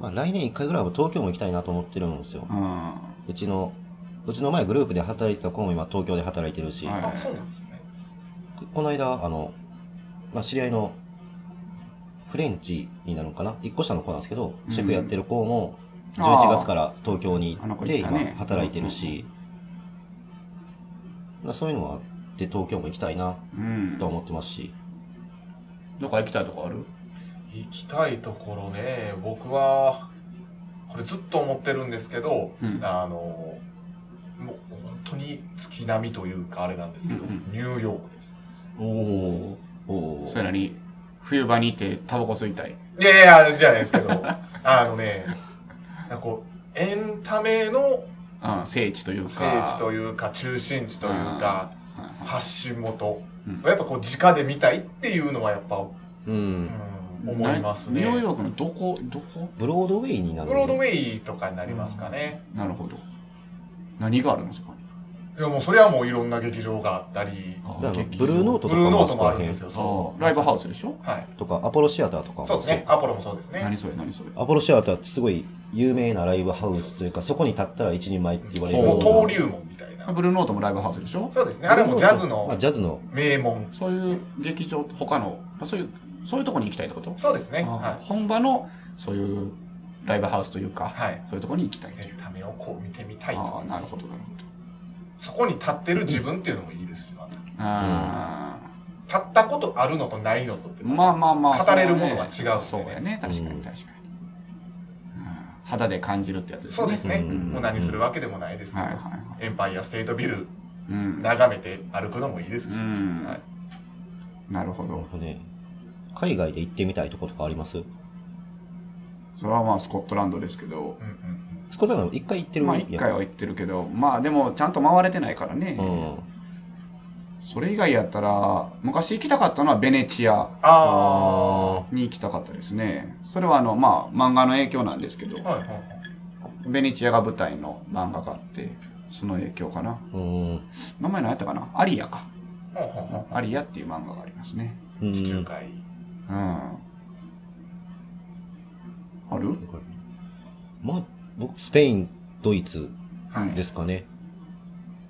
C: まあ来年1回ぐらいは東京も行きたいなと思ってるんですよ。
B: う
C: うちの、うちの前グループで働いてた子も今東京で働いてるし、
B: はい
A: あ、そうなんですね。
C: この間、あの、まあ、知り合いのフレンチになるのかな一個下の子なんですけど、
B: うん
C: シェフやってる子も
B: あー
C: 11月から東京に
B: あ
C: 行
B: の
C: っ
B: 子
C: て
B: 言った
C: 今
B: ね。
C: 働いてるし、まあそういうのはあって東京も行きたいなん
B: うん。
C: と
B: ど
C: は思ってますし、
B: っか行きたいとこある
A: 行きたいところね、僕は、これずっと思ってるんですけど、
B: うん
A: あの、もう本当に月並みというかあれなんですけど、
B: うんうん
A: ニューヨークです。
B: おお。
C: お
B: それなに、冬場に行ってタバコ吸いたい。
A: いやいや、じゃないですけ
B: [laughs]
A: ど、あのね、なんかこう、エンタメの
B: うん、聖地というか。
A: 聖地というか、中心地というか、
B: うん。はいはい
A: 発信元
B: うん。
A: やっぱこう、直で見たいっていうのはやっぱ、
C: う。
A: うんん、思いますね。
B: なニューヨークのどこ、どこ
C: ブロードウェイになる
A: ブロードウ
C: ェイ
A: ェイとかになりますかね。
B: なるほど。何があるんですか
A: いや、もうそれはもういろんな劇場があったり、
B: あ
C: だから
B: 劇場
C: ブルーノート
A: ブ
C: とか
A: ルーノートもあるんで
C: そこら辺
A: すよ。
B: そうライブハウスでしょ
A: はい。
C: とか、アポロシアターとかも
A: そうですね。アポロもそうですね。
B: 何それ何それ
C: アポロシアターってすごい有名なライブハウスというか、そこに立ったら一人前って言われる
A: も
C: よ
A: う
C: うな。
A: 登竜門みたいな。
B: ブルーノートもライブハウスでしょ
A: そうですね。あれもジャズ
C: まあ、
A: の
C: ジャズの
A: 名門。
B: そういう劇場、他の、まあそういう、そういうとこに行きたいってこと
A: そうですね。
B: あ
A: は
B: ー本場の、そういうライブハウスという
A: い。
B: か、
A: はい。
B: そういうとこに行きたいと
A: エ
B: いう。
A: ンタメをこう見てみたい
B: あ
A: と
B: あ、。なるほど、なるほど。
A: そこに立ってる自分っていうのもいいですし、まあ
B: ああ、
A: 立ったことあるのとないのとって。
B: まあまあまあ。
A: 語れるものが違う
B: それはね
A: そう
B: そう
A: だ
B: だ
A: よ
B: よね。確か
C: うん
B: に確かに。うん肌で感じるってやつですね。
A: そうですね。
C: うん
A: もう何するわけでもないですけ
B: は
A: ど
B: いはい。はい。
A: エンパイアステートビル
B: うん。
A: 眺めて歩くのもいいですし。
B: うん
A: はい
B: なるほ
C: なる
B: ど。
C: ほどね。海外で行ってみたいとことかあります
B: それはまあ、スコットランドですけど、
A: うんうん
C: スコットランド一回行ってる
B: まあ
C: やん
B: 一回は行ってるけど、まあでもちゃんと回れてないからね。
C: うん。
B: それ以外やったら、昔行きたかったのはベネチア
A: あ
B: に行きたかったですね。それはあの、まあ漫画の影響なんですけど
A: あ。、はいはいはい。
B: ベネチアが舞台の漫画があって、その影響かな。
C: うん。
B: 名前何やったかなアリアか。
A: ほうほうほ
B: アリアっていう漫画がありますね。
C: うん
A: う地中海。
B: うん。ある
C: まあ、僕、スペイン、ドイツ
A: はい。
C: ですかね。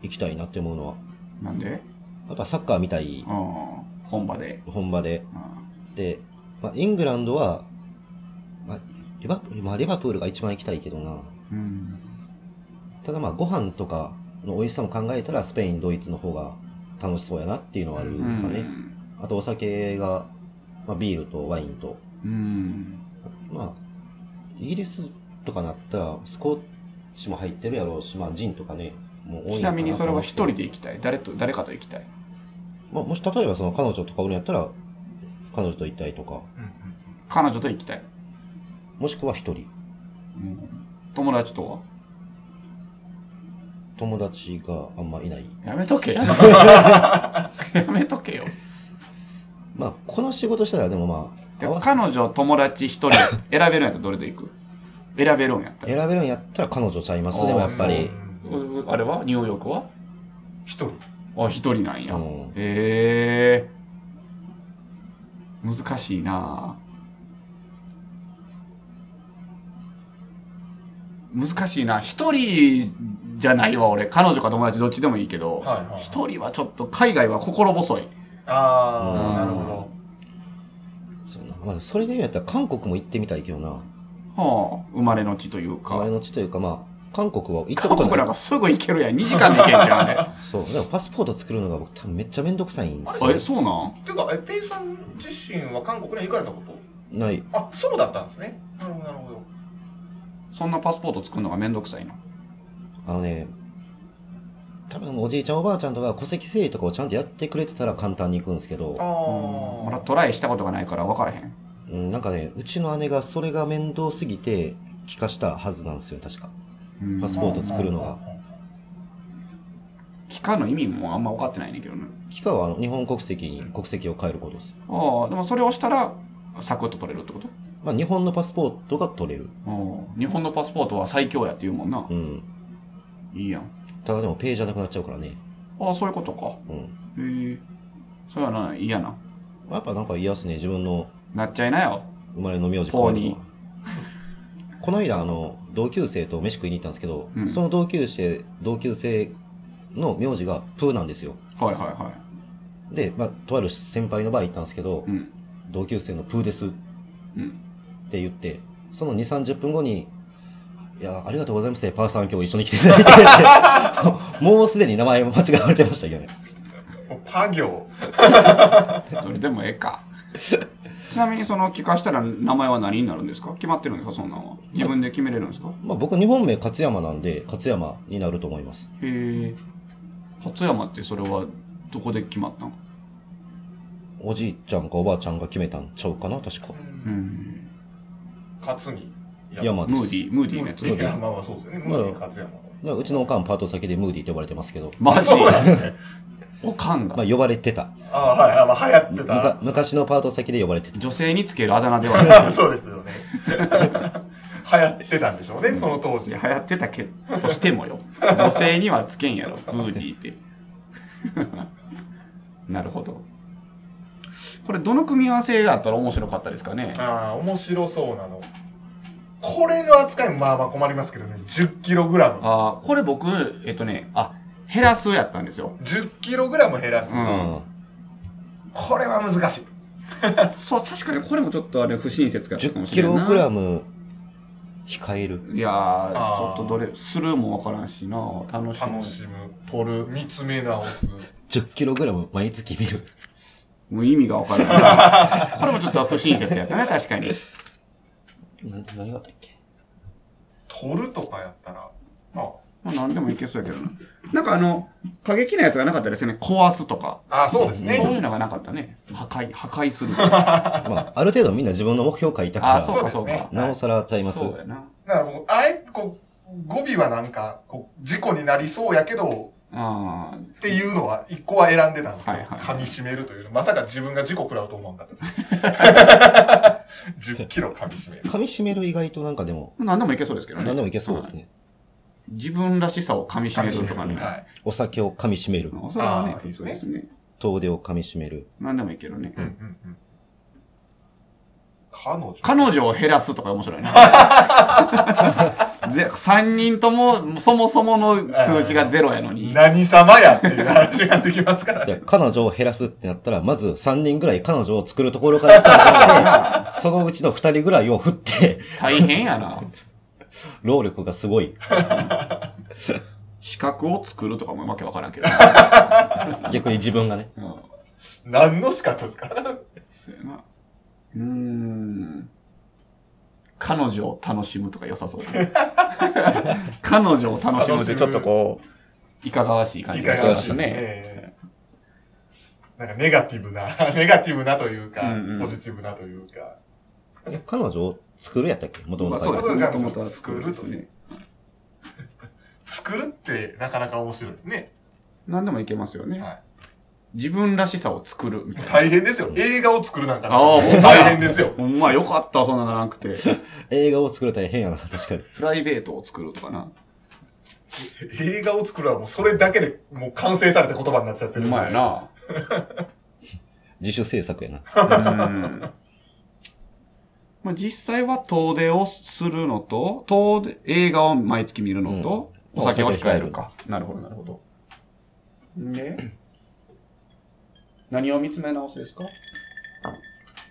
C: 行きたいなって思うのは。
B: なんで
C: やっぱサッカーみたい
B: うん。、本場で。
C: 本場
B: う
C: で。
B: ん
C: で、まあ、イングランドは、まあ、リバプール、まあ、レバプールが一番行きたいけどな。
B: うん。
C: ただまあ、ご飯とかの美味しさも考えたら、スペイン、ドイツの方が楽しそうやなっていうのはあるんですかね。
B: うん
C: あと、お酒が、まあ、ビールとワインと、
B: うん。
C: まあ、イギリスとかなったら、スコッチも入ってるやろうし、まあ、ジンとかね、もう多い
B: ち
C: んか
B: なみにそれは一人
C: で。
B: で行きたい。誰と、誰かと行きたい。
C: まあ、もし例えばその彼女とかおるんやったら、彼女と行ったりとか、
A: うんうん
B: 彼女と行きたい。
C: もしくは一人。
B: うん友達とは
C: 友達があんまいない。
B: やめとけや。やめとけよ。
C: まあ、この仕事したらでもまあ、
B: で
C: 合わせ
B: 彼女、友達一人、選べるんやったらどれと行く選べるんやったら。
C: 選べるんやったら彼女ちゃいます。でもやっぱり
A: う、ん
B: うあれはニューヨークは
A: 一人。
B: あ、一人なんや。
C: うん
B: ええ難しいな難しいな一人じゃないわ、俺。彼女か友達どっちでもいいけど
A: はいはいはい、
B: 一、人はちょっと海外は心細い。
A: あ
C: うん
A: あ、なるほど。
C: そうなまあ、それで言うんやったら韓国も行ってみたいけどな。
B: はあ、生まれの地というか。
C: 前の地というかまあ、韓国は行ったこ
B: 韓
C: と
B: 国
C: な
B: ないん。かすぐ行けるやん。2時間で行けんじゃん、あ
C: そう。でもパスポート作るのが僕多分めっちゃめんどくさいんです [laughs]
B: れ。
C: よ
B: え、。そうなん
A: ていうか、え、ペイさん自身は韓国には行かれたこと
C: ない。
A: あ、そうだったんですね。なるほど、なるほど。
B: そんなパスポート作るのがめんどくさいな。
C: あのね、多分おじいちゃんおばあちゃんとか戸籍整理とかをちゃんとやってくれてたら簡単に行くんですけど、
A: あ
B: 俺
A: あ
B: は。トライしたことがないから分からへん。
C: うん、なんかね、うちの姉がそれが面倒すぎて、帰化したはずなんですよ、確か。
B: うん
C: パスポート作るのが
A: うんうんうんうん
B: 帰帰化の意味もあんま分かってないねんけどね。
C: 期間はあの日本国籍に国籍を変えることです。
B: ああ、でもそれをしたら、サクッと取れるってこと
C: まあ、日本のパスポートが取れる。
B: ああ日本のパスポートは最強やって言うもんな
C: う。ん。
B: いいやん。
C: ただでもペーじゃなくなっちゃうからね。
B: ああ、そういうことか。
C: うん。
B: へえ。それはな、嫌な。
C: まあやっぱなんか嫌っすね。自分の
B: なっちゃいなよ。
C: 生まれの名字
B: ポー
C: るの
B: ニー
C: は。この間、あの、同級生と飯食いに行ったんですけど、
B: うん
C: その同級生、同級生の名字がプーなんですよ。
B: はいはいは
C: で、まあ、とある先輩の場合行ったんですけど、
B: い。うん。
C: 同級生のプーですっ
B: うん。
C: て言って、その2、30分後に、いや、ありがとうございますね、パーさん今日一緒に来ていただいて
B: [laughs]
C: って、もうすでに名前間違われてましたけどね。
A: もうパ行。
B: どれでもええか。ちなみにその帰化したら名前は何になるんですか決まってるんですかそんなんは。自分で決めれるんですか
C: まあ僕、日本名勝山なんで、勝山になると思います。
B: へえ。勝山ってそれはどこで決まったの
C: おじいちゃんかおばあちゃんが決めたんちゃうかな、確か。
B: うん。
A: 勝に
C: 山です。
B: ムーディー、ムーディーの
A: ム
B: やつ。
A: ーディー。いやまあまあそうですよね。ムーディー勝山。
C: まあうちのおかんパート先でムーディーと呼ばれてますけど、
B: マジ
A: そうなんですね。
B: おかん
C: ま
B: が
C: あ。呼ばれてた。
A: ああ、はいあ。まあ流行
C: む
A: ってた
C: か。昔のパート先で呼ばれてた。
B: 女性につけるあだ名ではな
A: [laughs]
B: い。
A: そうですよね。流行ってたんでしょうね、その当
B: い
A: 時。
B: や流行ってたけど、として
A: [laughs]
B: もよ。女性にはつけんやろ、ムーディーって。 [laughs] なるほど。これ、どの組み合わせがあったら面白かったですかね
A: ああ、面白そうなの。これの扱いもまあまあ困りますけどね、10kg。
B: ああ、これ僕、えっとね、あ、減らすやったんですよ。
A: 10kg 減らす。
B: うん
A: これは難しい。
B: そう、確かにこれもちょっとあれ不親切かったかもしれんない。
C: 10kg 控える。
B: いやー、ちょ
A: あー
B: っとどれ、スルーもわからんしな、楽し
A: 楽
B: み。
A: しむ、取る、見つめ直す。
C: 10kg 毎月見る。
B: もう意味がわからない。こ [laughs] れもちょっと不親切やったね、確かに。
C: な何があったっけ
A: 取るとかやったら、まあ、
B: まあ、何でもいけそうやけどな。なんかあの、過激なやつがなかったですよね。壊すとか。
A: ああ、そうです
B: そう
A: ね。
B: いうのがなかったね。破壊、破壊すると
A: [laughs]
B: か。
C: まあ、ある程度みんな自分の目標書いたか
B: ああ、
C: ら、
B: そうかそ
A: そ
B: う
A: うです
B: か。
C: なおさらちゃいます。
B: そうやな。
A: だからもう、あえてこう、語尾はなんか、こう、事故になりそうやけど、
B: ああ、
A: っていうのは、一個は選んでたんですけど、
B: はいはい
A: 噛み締めるというの。まさか自分が事故食らうと思わんかった
B: [laughs]
A: です。10キロ噛み締める。
C: 噛み締める意外となんかでも、
B: 何でもいけそうですけどね。
C: 何でもいけそうですね。
B: 自分らしさを噛み締めるとかね。
A: はい。
C: お酒を噛み締める。
B: あそれはね
A: あ、ーいいです
B: そう
A: ね
B: ですね。
C: 遠出を噛み締める。
B: 何でもいけるね。
A: うんうんうん。彼女
B: 彼女を減らすとか面白いね。 [laughs] ぜ3人とも、そもそもの数字がゼロやのに。
A: 何様やっていう話ができますから
C: で
A: ね。
C: 彼女を減らすってなったら、まず3人ぐらい彼女を作るところからスター
B: [laughs]
C: トして、そのうちの2人ぐらいを振って、
B: 大変やな。
C: 労力がすごい。
B: 資格を作るとかもわけわからん [laughs] けど。
C: 逆に自分がね。
B: うん
A: 何の資格ですか
B: そうやな。うーん。彼女を楽しむとか良さそうだね。 [laughs] 彼女を楽しむってちょっとこう、いかがわしい感
A: い
B: じ
A: かが
B: がし
A: で
B: ますすね。
A: ね。なんかネガティブな、 [laughs] ネガティブなというか、
B: うんうん
A: ポジティブなというか。
C: え彼女を作るやったっけ元
B: まあ
C: 々
B: そう
C: 彼
B: です
C: 女
B: ね。もともとは作るですね。
A: 作るってなかなか面白いですね。
B: 何でもいけますよね。
A: はい
B: 自分らしさを作るみたいな。
A: 大変ですよ。映画を作るなんかな
B: ああほんまや
A: 大変ですよ。
B: ほんまよかった、そんなのなくて。
C: 映画を作る大変やな、確かに。
B: プライベートを作るとかな。
A: 映画を作るはもうそれだけでもう完成された言葉になっちゃってる
B: う
A: んで。
B: まいな。
C: 自主制作やな。
B: うんまあ、実際は遠出をするのと、遠出、映画を毎月見るのと、
C: うん
B: お酒を控えるか。なるほど、なるほど。で、何を見つめ直すですか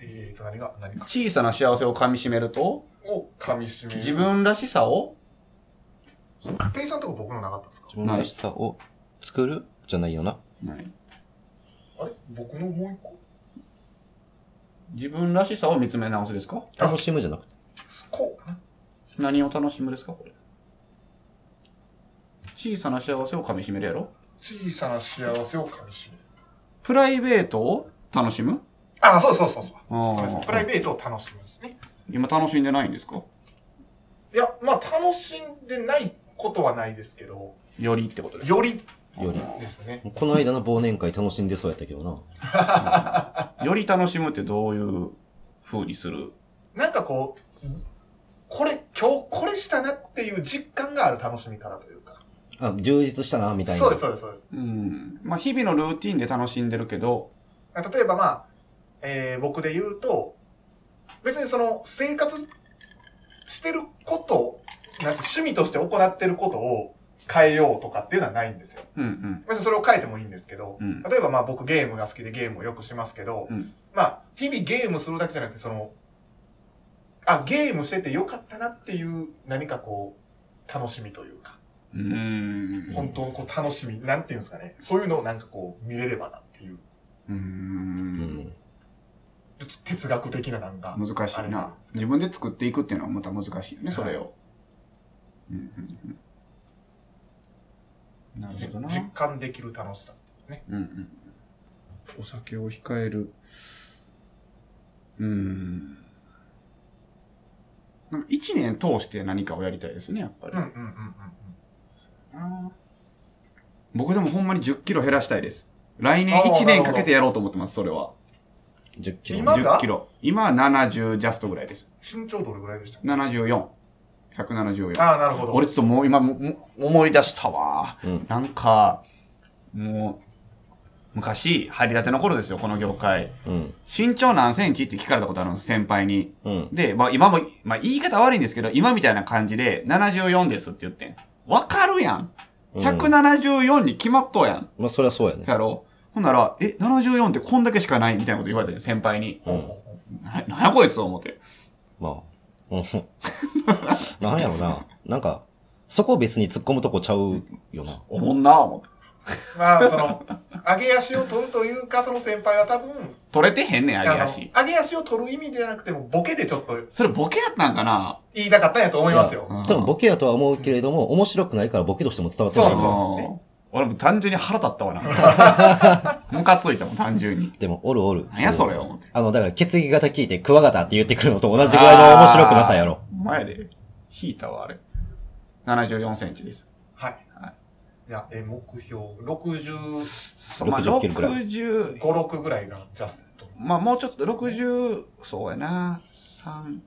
A: えーと、何が、何か。
B: 小さな幸せを噛み締めると、
A: を噛み締める。
B: 自分らしさを、
A: ペイさんとこ僕のなかったんですか
C: 自分らしさを作るじゃないよな。
B: 何
A: あれ僕のもう一個
B: 自分らしさを見つめ直すですか
A: あ
C: 楽しむじゃなくて。
A: こうかな。
B: 何を楽しむですかこれ。小さな幸せを噛み締めるやろ
A: 小さな幸せを噛み締める。
B: プライベートを楽しむ
A: あ、そうそうそうそう。
B: あ
A: ごめんなさいプライ
B: ー
A: ベートを楽しむんですね。
B: 今楽しんでないんですか
A: いや、まあ、楽しんでないことはないですけど、
B: よりってことですか
A: より
C: より。
A: ですね。
C: この間の忘年会楽しんでそうやったけどな。
B: より楽しむってどういう風にする
A: なんかこう、これ、今日これしたなっていう実感がある楽しみ方というか。
C: あ、充実したな、みたいな。
A: そうです、そうです、そうです。
B: うん。まあ、日々のルーティンで楽しんでるけど、
A: 例えばまあ、えー僕で言うと、別にその生活してること、なんて趣味として行ってることを変えようとかっていうのはないんですよ。
B: うん
A: 別にそれを変えてもいいんですけど、
B: うん。うん。
A: 例えばまあ僕ゲームが好きでゲームをよくしますけど、
B: うん
A: まあ日々ゲームするだけじゃなくてその、あ、ゲームしててよかったなっていう何かこう、楽しみというか、
B: うーん。
A: 本当のこう楽しみ、なんていうんですかね、そういうのをなんかこう見れればなっていう、
B: うー。
C: うんん。
A: ちょっと哲学的ななんか。
B: 難し
A: あ
B: い
A: れ
B: なん
A: で。すけど
B: 自分で作っていくっていうのはまた難しいよね、それを。うんうんうん。なるほどな。
A: 実感できる楽しさ。
B: うんうん。お酒を控える。うーん。なんか一年通して何かをやりたいですね、やっぱり
A: うん。うんうんうんうん。
B: 僕でもほんまに10キロ減らしたいです。来年
A: あーな
B: 1
A: る
B: 年
A: ほど
B: かけてやろうと思ってます、それは。
C: 10キロ。
A: 今が
B: 10キロ。今は70ジャストぐらいです。
A: 身長どれぐらいでした
B: 74。174。
A: ああ、なるほど。
B: 俺ちょっともう今もも思い出したわ。
C: うん。
B: なんか、もう、昔、入りたての頃ですよ、この業界。
C: うん。
B: 身長何センチって聞かれたことあるんです、先輩に。
C: うん。
B: で、まあ今も、まあ言い方悪いんですけど、今みたいな感じで74ですって言ってん。わかるやん。
C: うん
B: 174に決まっとうやん。
C: まあ、そりゃそうやね。
B: やろほんなら、え、74ってこんだけしかないみたいなこと言われたよ、先輩に。
C: うん。
B: な、なんやこいつと思って。
C: まあ。うん。なんやろな。なんか、そこ別に突っ込むとこちゃうよな。
B: おもんな思って。
A: まあ、その、上げ足を取るというか、その先輩は多分、
B: 取れてへんねん、
A: あ
B: 揚
A: の
B: げ足。
A: 上げ足を取る意味ではなくても、ボケでちょっと
B: それボケやったんかな
A: 言いたかったんやと思いますよ。
B: うん
C: 多分ボケやとは思うけれども、面白くないからボケとしても伝わってない
A: そう
C: よ
A: そ
C: な。
A: う
B: うん俺も単純に腹立ったわな。
C: [laughs]
B: ムカついたもん、単純に。
C: でも、おるおる。
B: なんやそれ思って。
C: あの、だから、血液型聞いて、クワガタって言ってくるのと同じぐらいの面白くなさやろ。
B: あー。前で、引いたわ、あれ。74センチです。
A: はい。じゃあ、え、目標、65、
B: そうまあ、
C: 60キロぐらい
B: 60、
A: 6ぐらいがジャスト。
B: まあもうちょっと60、そうやな、3、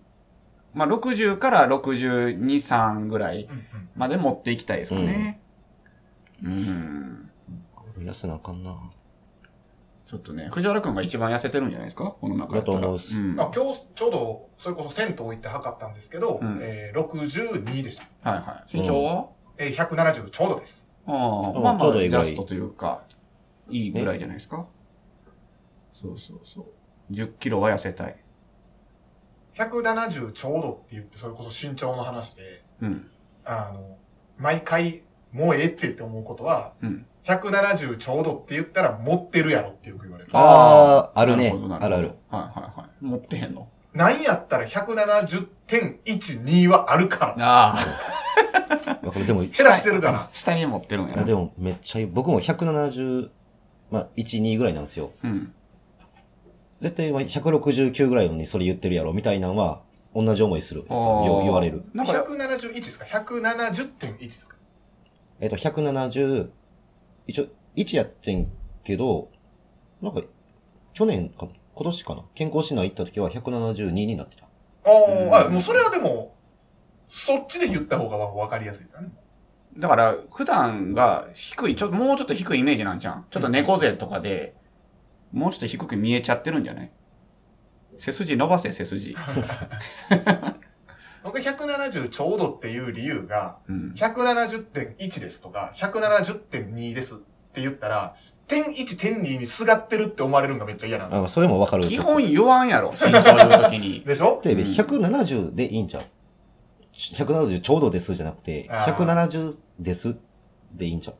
B: まあ60から62、3ぐらい
A: うんうん。
B: まで持っていきたいですかね。うん。
C: 痩せなあかんな。
B: ちょっとね、藤原くんが一番痩せてるんじゃないですかこの中やったら
C: だと思うし
B: ん
A: まあ
B: は、
A: 今日、ちょうど、それこそ銭湯行って測ったんですけど、
B: うん
A: えー、62でした。
B: いはい。身長は、
A: えー、170ちょうどです。
B: ああ
C: うん
B: まあま
C: ちょう
B: あ、
C: どいい
B: ジ
C: ぐら
B: ャ
C: い
B: ストというか、いいぐらいじゃないですかそうそうそう。10キロは痩せたい。
A: 170ちょうどって言って、それこそ身長の話で、
B: うん。
A: あの、毎回、もうええってって思うことは、
B: うん。
A: 170ちょうどって言ったら持ってるやろってよく言われる。
C: あーあるね
B: なほどなほど
C: あるある。
B: はいはいはい。持ってへんの
A: なんやったら170.12はあるから。
B: ああ。
C: わかる。でも、
A: 減らしてるから。
B: 下に持ってるんや
C: あ
B: な。
C: でもめっちゃいい、僕も170、まあ、1、2ぐらいなんですよ。
B: うん。
C: 絶対今169ぐらいのにそれ言ってるやろ、みたいなのは、同じ思いする。
B: あ
C: よ
B: ー
C: 言われる。
B: なんか、
A: 171ですか ?170.1 ですか
C: えっと、170、一応、1やってんけど、なんか、去年か、今年かな健康診断行った時は172になってた。
A: あー
B: うん
A: あ、もうそれはでも、そっちで言った方がわかりやすいですよね。
B: だから、普段が低い、ちょっと、もうちょっと低いイメージなんじゃん。ちょっと猫背とかで、もうちょっと低く見えちゃってるんじゃない背筋伸ばせ、背 [laughs] 筋。
A: 僕170ちょうどっていう理由が、
B: うん。
A: 170.1ですとか、170.2ですって言ったら、点1、点2にすがってるって思われるのがめっちゃ嫌なんです
C: あ
A: よ。
C: それもわかる。
B: 基本言わんやろ、身長言うときに。
A: でしょ
C: 例えば170でいいんちゃうち ?170 ちょうどですじゃなくて、
A: あー
C: 170ですでいいんちゃう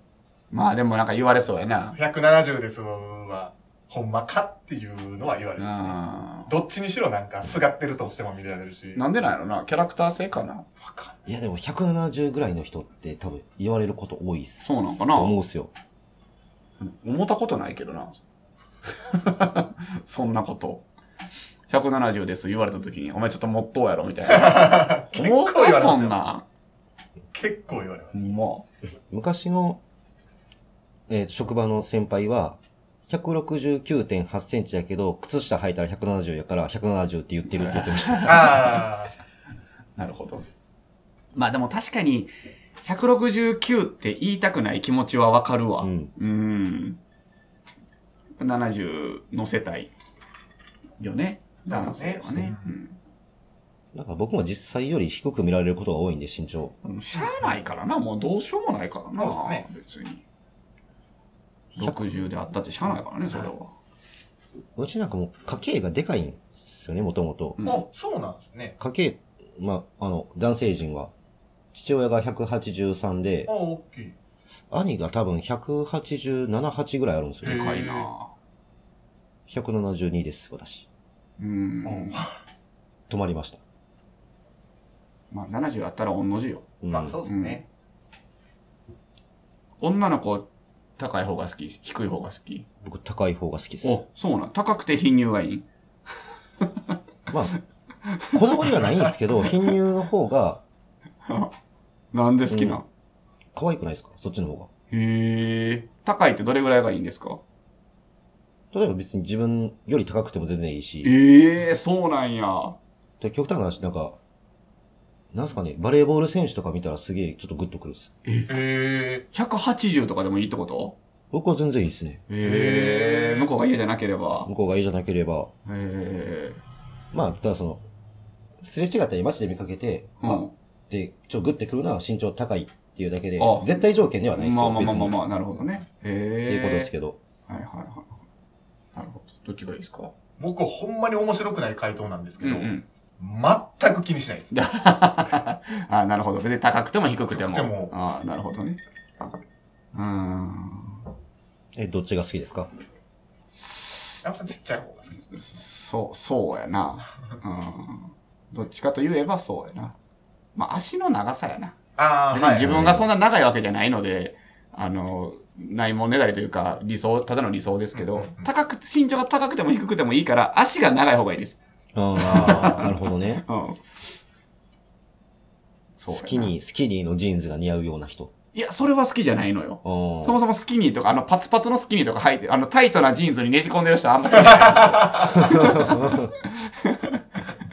B: [laughs] まあでもなんか言われそうやな。
A: ?170 ですは、ほんまかっていうのは言われる、ね。
B: あ
A: どっちにしろなんか、すがってるとしても見られるし
B: ー。なんでなんやろな。キャラクター性かな。
A: わかん
C: いやでも170ぐらいの人って多分言われること多いっす。
B: そうなんかな
C: と思うっすよ。
B: 思ったことないけどな。 [laughs] そんなこと。170です言われたときに、お前ちょっともっとうやろ、みたいな。 [laughs] 思う
A: 結構言われます
B: か、
A: よ
B: そんな。
A: 結構言われます。
B: も
C: 昔の、えー職場の先輩は、169.8センチやけど、靴下履いたら170やから、170って言ってるって言って
B: [laughs]
C: ました。
A: ああ。
B: なるほど。まあでも確かに、169って言いたくない気持ちはわかるわ。
C: う。
B: うんん。70乗せたい。よね。男性はね。うん
C: なんか僕も実際より低く見られることが多いんで、身長。
B: でもしゃあないからな、もうどうしようもないからな、
A: そうで
B: 別に。60であったってしゃあないからね、それは。
C: うちなんかもう家計がでかいんですよね、もともと。
B: うん
A: あ、そうなんですね。
C: 家計、まあ、あの、男性陣は、父親が183で
A: あ、、大きい。
C: 兄が多分187、8ぐらいあるんですよ
A: へ
B: で
A: え。
B: かいな。
C: 172です、私。
B: うん。
A: うん
C: 止まりました。
B: まあ70あったら同じよ。
C: うん
A: まあ、そうですね。
B: 女の子、高い方が好き、低い方が好き。
C: 僕、高い方が好きです。
B: お、そうなん。高くて貧乳がいい。
C: まあ、こだわりはないんですけ
B: [laughs]
C: ど、貧乳の方が
B: なんで好きな、
C: 可愛くないですかそっちの方
B: ん、へえ。高いってどれぐらいがいいんですか
C: が。例えば別に自分より高くても全然いいし、
B: ええそうなんや。
C: で極端な話、なんか、なんすかね、バレーボール選手とか見たらすげえちょっとグッとくるんです。
A: へえ。
B: 180とかでもいいってこと
C: 僕は全然いいですね。
B: へ
A: へ
B: え。
A: え
B: 向こうが家じゃなければ。
C: 向こうがいいじゃなければ、
B: へえ。
C: まあ、ただその、すれ違ったり街で見かけて、
B: うん。
C: あ、で、ちょっとグッてくるのは身長高いっていうだけで
B: あ、
C: 絶対条件ではないです
B: ま
C: よ、
B: あまあまあまあ
C: 別に。
B: まあ、なるほどね。へえ。
C: っていうことですけど。
B: はいはいはい。なるほど。どっちがいいですか
A: 僕、ほんまに面白くない回答なんですけど、
B: ん。
A: 全く気にしないです。
B: [laughs] あなるほど。別に高くても低くても。
A: 低くても
B: あなるほどね。うーん。
C: え、どっちが好きですか
A: 山本さんちっちゃい方が好きです。
B: そう、そうやな。うん。どっちかと言えばそうやな。まあ、足の長さやな。
A: ああ、
B: 別に
A: はい。
B: 自分がそんな長いわけじゃないので、あの、ないもんねだりというか、理想、ただの理想ですけ
A: うんう
B: ど
A: んう、ん
B: 高く、身長が高くても低くてもいいから、足が長い方がいいです。
C: ああ、なるほどね。
B: うん。そうや
C: ス
B: な
C: キニー、スキニーのジーンズが似合うような人。
B: いや、それは好きじゃないのよ。
C: あー
B: そもそもスキニーとか、あの、パツパツのスキニーとか履いて、あの、タイトなジーンズにねじ込んでる人はあんま好きじゃない。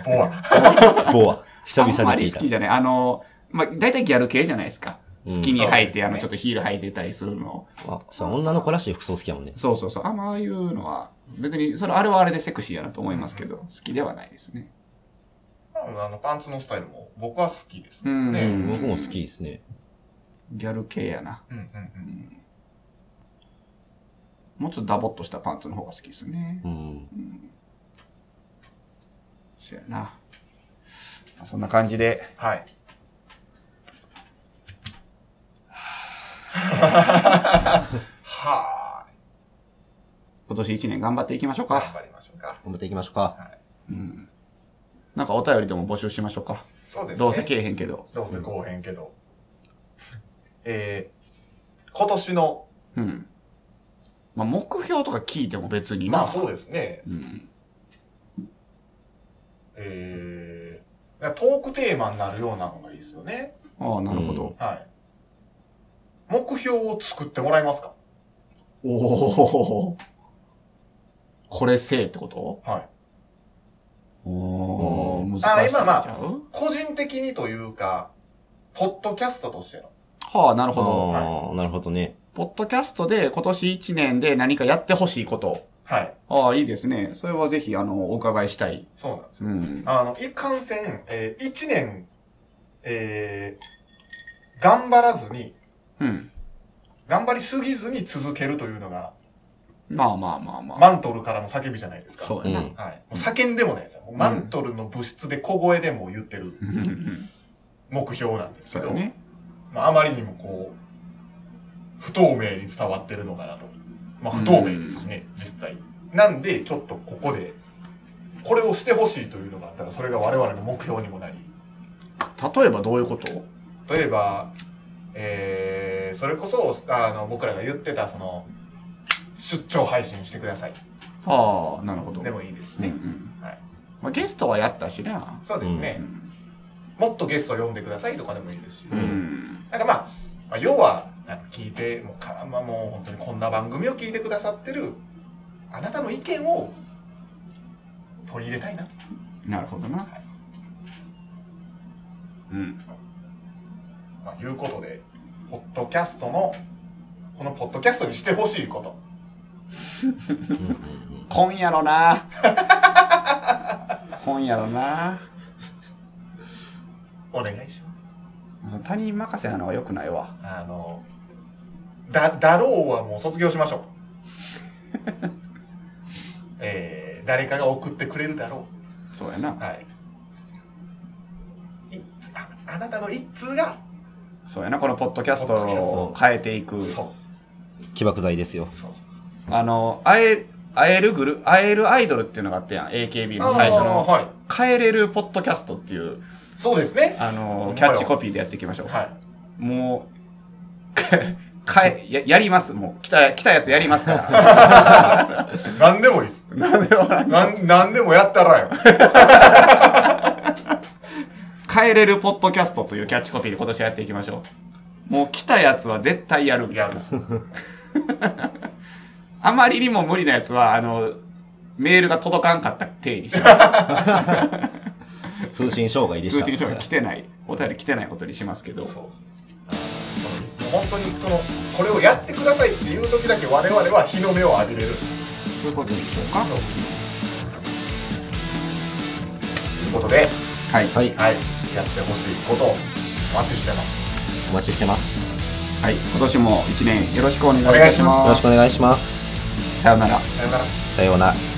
A: ボア。 [laughs]
C: ボア。久々に
B: あんまり
C: 聞い
B: 好
C: た
B: き。じゃない。あの、まあ、大体ギャル系じゃないですか。
C: うん
B: スキニー履
A: そうで
B: いて、
A: すね
B: あの、ちょっとヒール履いてたりするの。
C: あ、そう、女の子らしい服装好きやもんね。
B: そうそうそう。あんまああいうのは、別に、それ、あれはあれでセクシーやなと思いますけど、好きではないですね。
A: あの、パンツのスタイルも僕は好きですね。
B: う
A: うんん、う
C: うん
A: ん、
C: 僕も好きですね。
B: ギャル系やな。
A: うん、うん。
B: もうちょっとダボっとしたパンツの方が好きですね
C: う。ん。
B: そうやな。まあそんな感じで、
A: はい。はーい。
B: 今年一年頑張っていきましょう
A: 頑
B: か。
A: 張りましょうか。
C: 頑張っていきましょうか。
B: なんかお便りでも募集しましょうか。
A: そうですね。
B: どうせけえへんけど。
A: どうせ後編けど。えー、今年の、
B: うん。まあ、目標とか聞いても別にな。
A: まあそうですね、
B: うん。
A: えー、トークテーマになるようなのがいいですよね。
B: ああ、なるほど。
C: うん
A: はい。目標を作ってもらえますか
B: おお。これせえってこと
A: はい。
B: おー、
A: あ
B: 難しいんちゃう
A: 今まあ個人的にというか、ポッドキャストとしての。
B: はあ、なるほど。
C: ああ、なるほどね。
B: ポッドキャストで今年1年で何かやってほしいこと。
A: はい。
B: ああ、いいですね。それはぜひ、あの、お伺いしたい。
A: そうなんですよ。
B: うん。
A: あの、いかんせん、えー、一年、えー、頑張らずに、
B: うん。
A: 頑張りすぎずに続けるというのが、
B: まあまあまあまあ。
A: マントルからの叫びじゃないですか。
B: そう
C: う
B: やな。
C: ん。
A: はい。もう叫んでもないですよ。もうマントルの物質で小声でも言ってる
B: うんうん
A: 目標なんです
B: そ
A: け
B: うや
A: ど、
B: ね。
A: まあ、あまりにもこう、不透明に伝わってるのかなと。まあ、不透明ですしね、実際。なんで、ちょっとここで、これをしてほしいというのがあったら、それが我々の目標にもなり。
B: 例えばどういうこと
A: 例えば、えー、それこそ、あの、僕らが言ってた、その、出張配信してください。
B: ああ、なるほど。
A: でもいいですし
B: ね。
A: ね
B: う。ん
A: はい
B: まあ、ゲストはやったしな。
A: そうですね、もっとゲストを呼んでくださいとかでもいいですし。
B: うん。
A: なんかまあ、まあ要は、なんか聞いて、もうか、まあもう本当にこんな番組を聞いてくださってる、あなたの意見を取り入れたいな。
B: なるほどな。うん。
A: まあ、いうことで、ポッドキャストの、このポッドキャストにしてほしいこと。
C: うんうんうん
B: 今やろな。 [laughs] 今やろな。
A: お願いします。
B: その他人任せなのは良くないわ。
A: あの、だ、だろうはもう卒業しましょう。えー、誰かが送ってくれるだろ
B: そうやな
A: う。。はい。いつああなたの一通が、
B: そうやな。このポッドキャスト
A: ポッドキャスト
B: を変えていく
A: そう。そう
C: 起爆剤ですよ。
A: そうそう。
B: あの、会え、会えるグル、会えるアイドルっていうのがあったやん。AKB の最初
A: あー
B: の。
A: はい。
B: 帰れるポッドキャストっていう、
A: そうですね。
B: あの、キャッチコピーでやっていきましょう。
A: はい。
B: もう、 [laughs] かえ、や、やります。もう、来た、来たやつやりますから。
A: 何でもいいです。
B: [laughs] なんでもない
A: なん何でもやったらよ。
B: 帰れるポッドキャストというキャッチコピーで今年やっていきましょう。もう来たやつは絶対やるみたいな。あまりにも無理なやつは、あの、メールが届かんかった体にします。
C: 通信障害でし
B: 通
C: た。
B: 信書が来てない、お便り来てないことにしますけど。
A: そう本当にそのこれをやってくださいっていう時だけ我々は日の目を浴びれる
B: そういうことにしようか。
A: そうということで、
B: はい。
C: はい、
A: はい、やってほしいことをお待ちしてます
C: お待ちしてます。
B: はい。今年も一年よろしくお願いいたし
A: お
B: ま
C: よ
B: す。
C: ろしくお願いします。
B: さようなら。
A: さよなら
C: さようなら。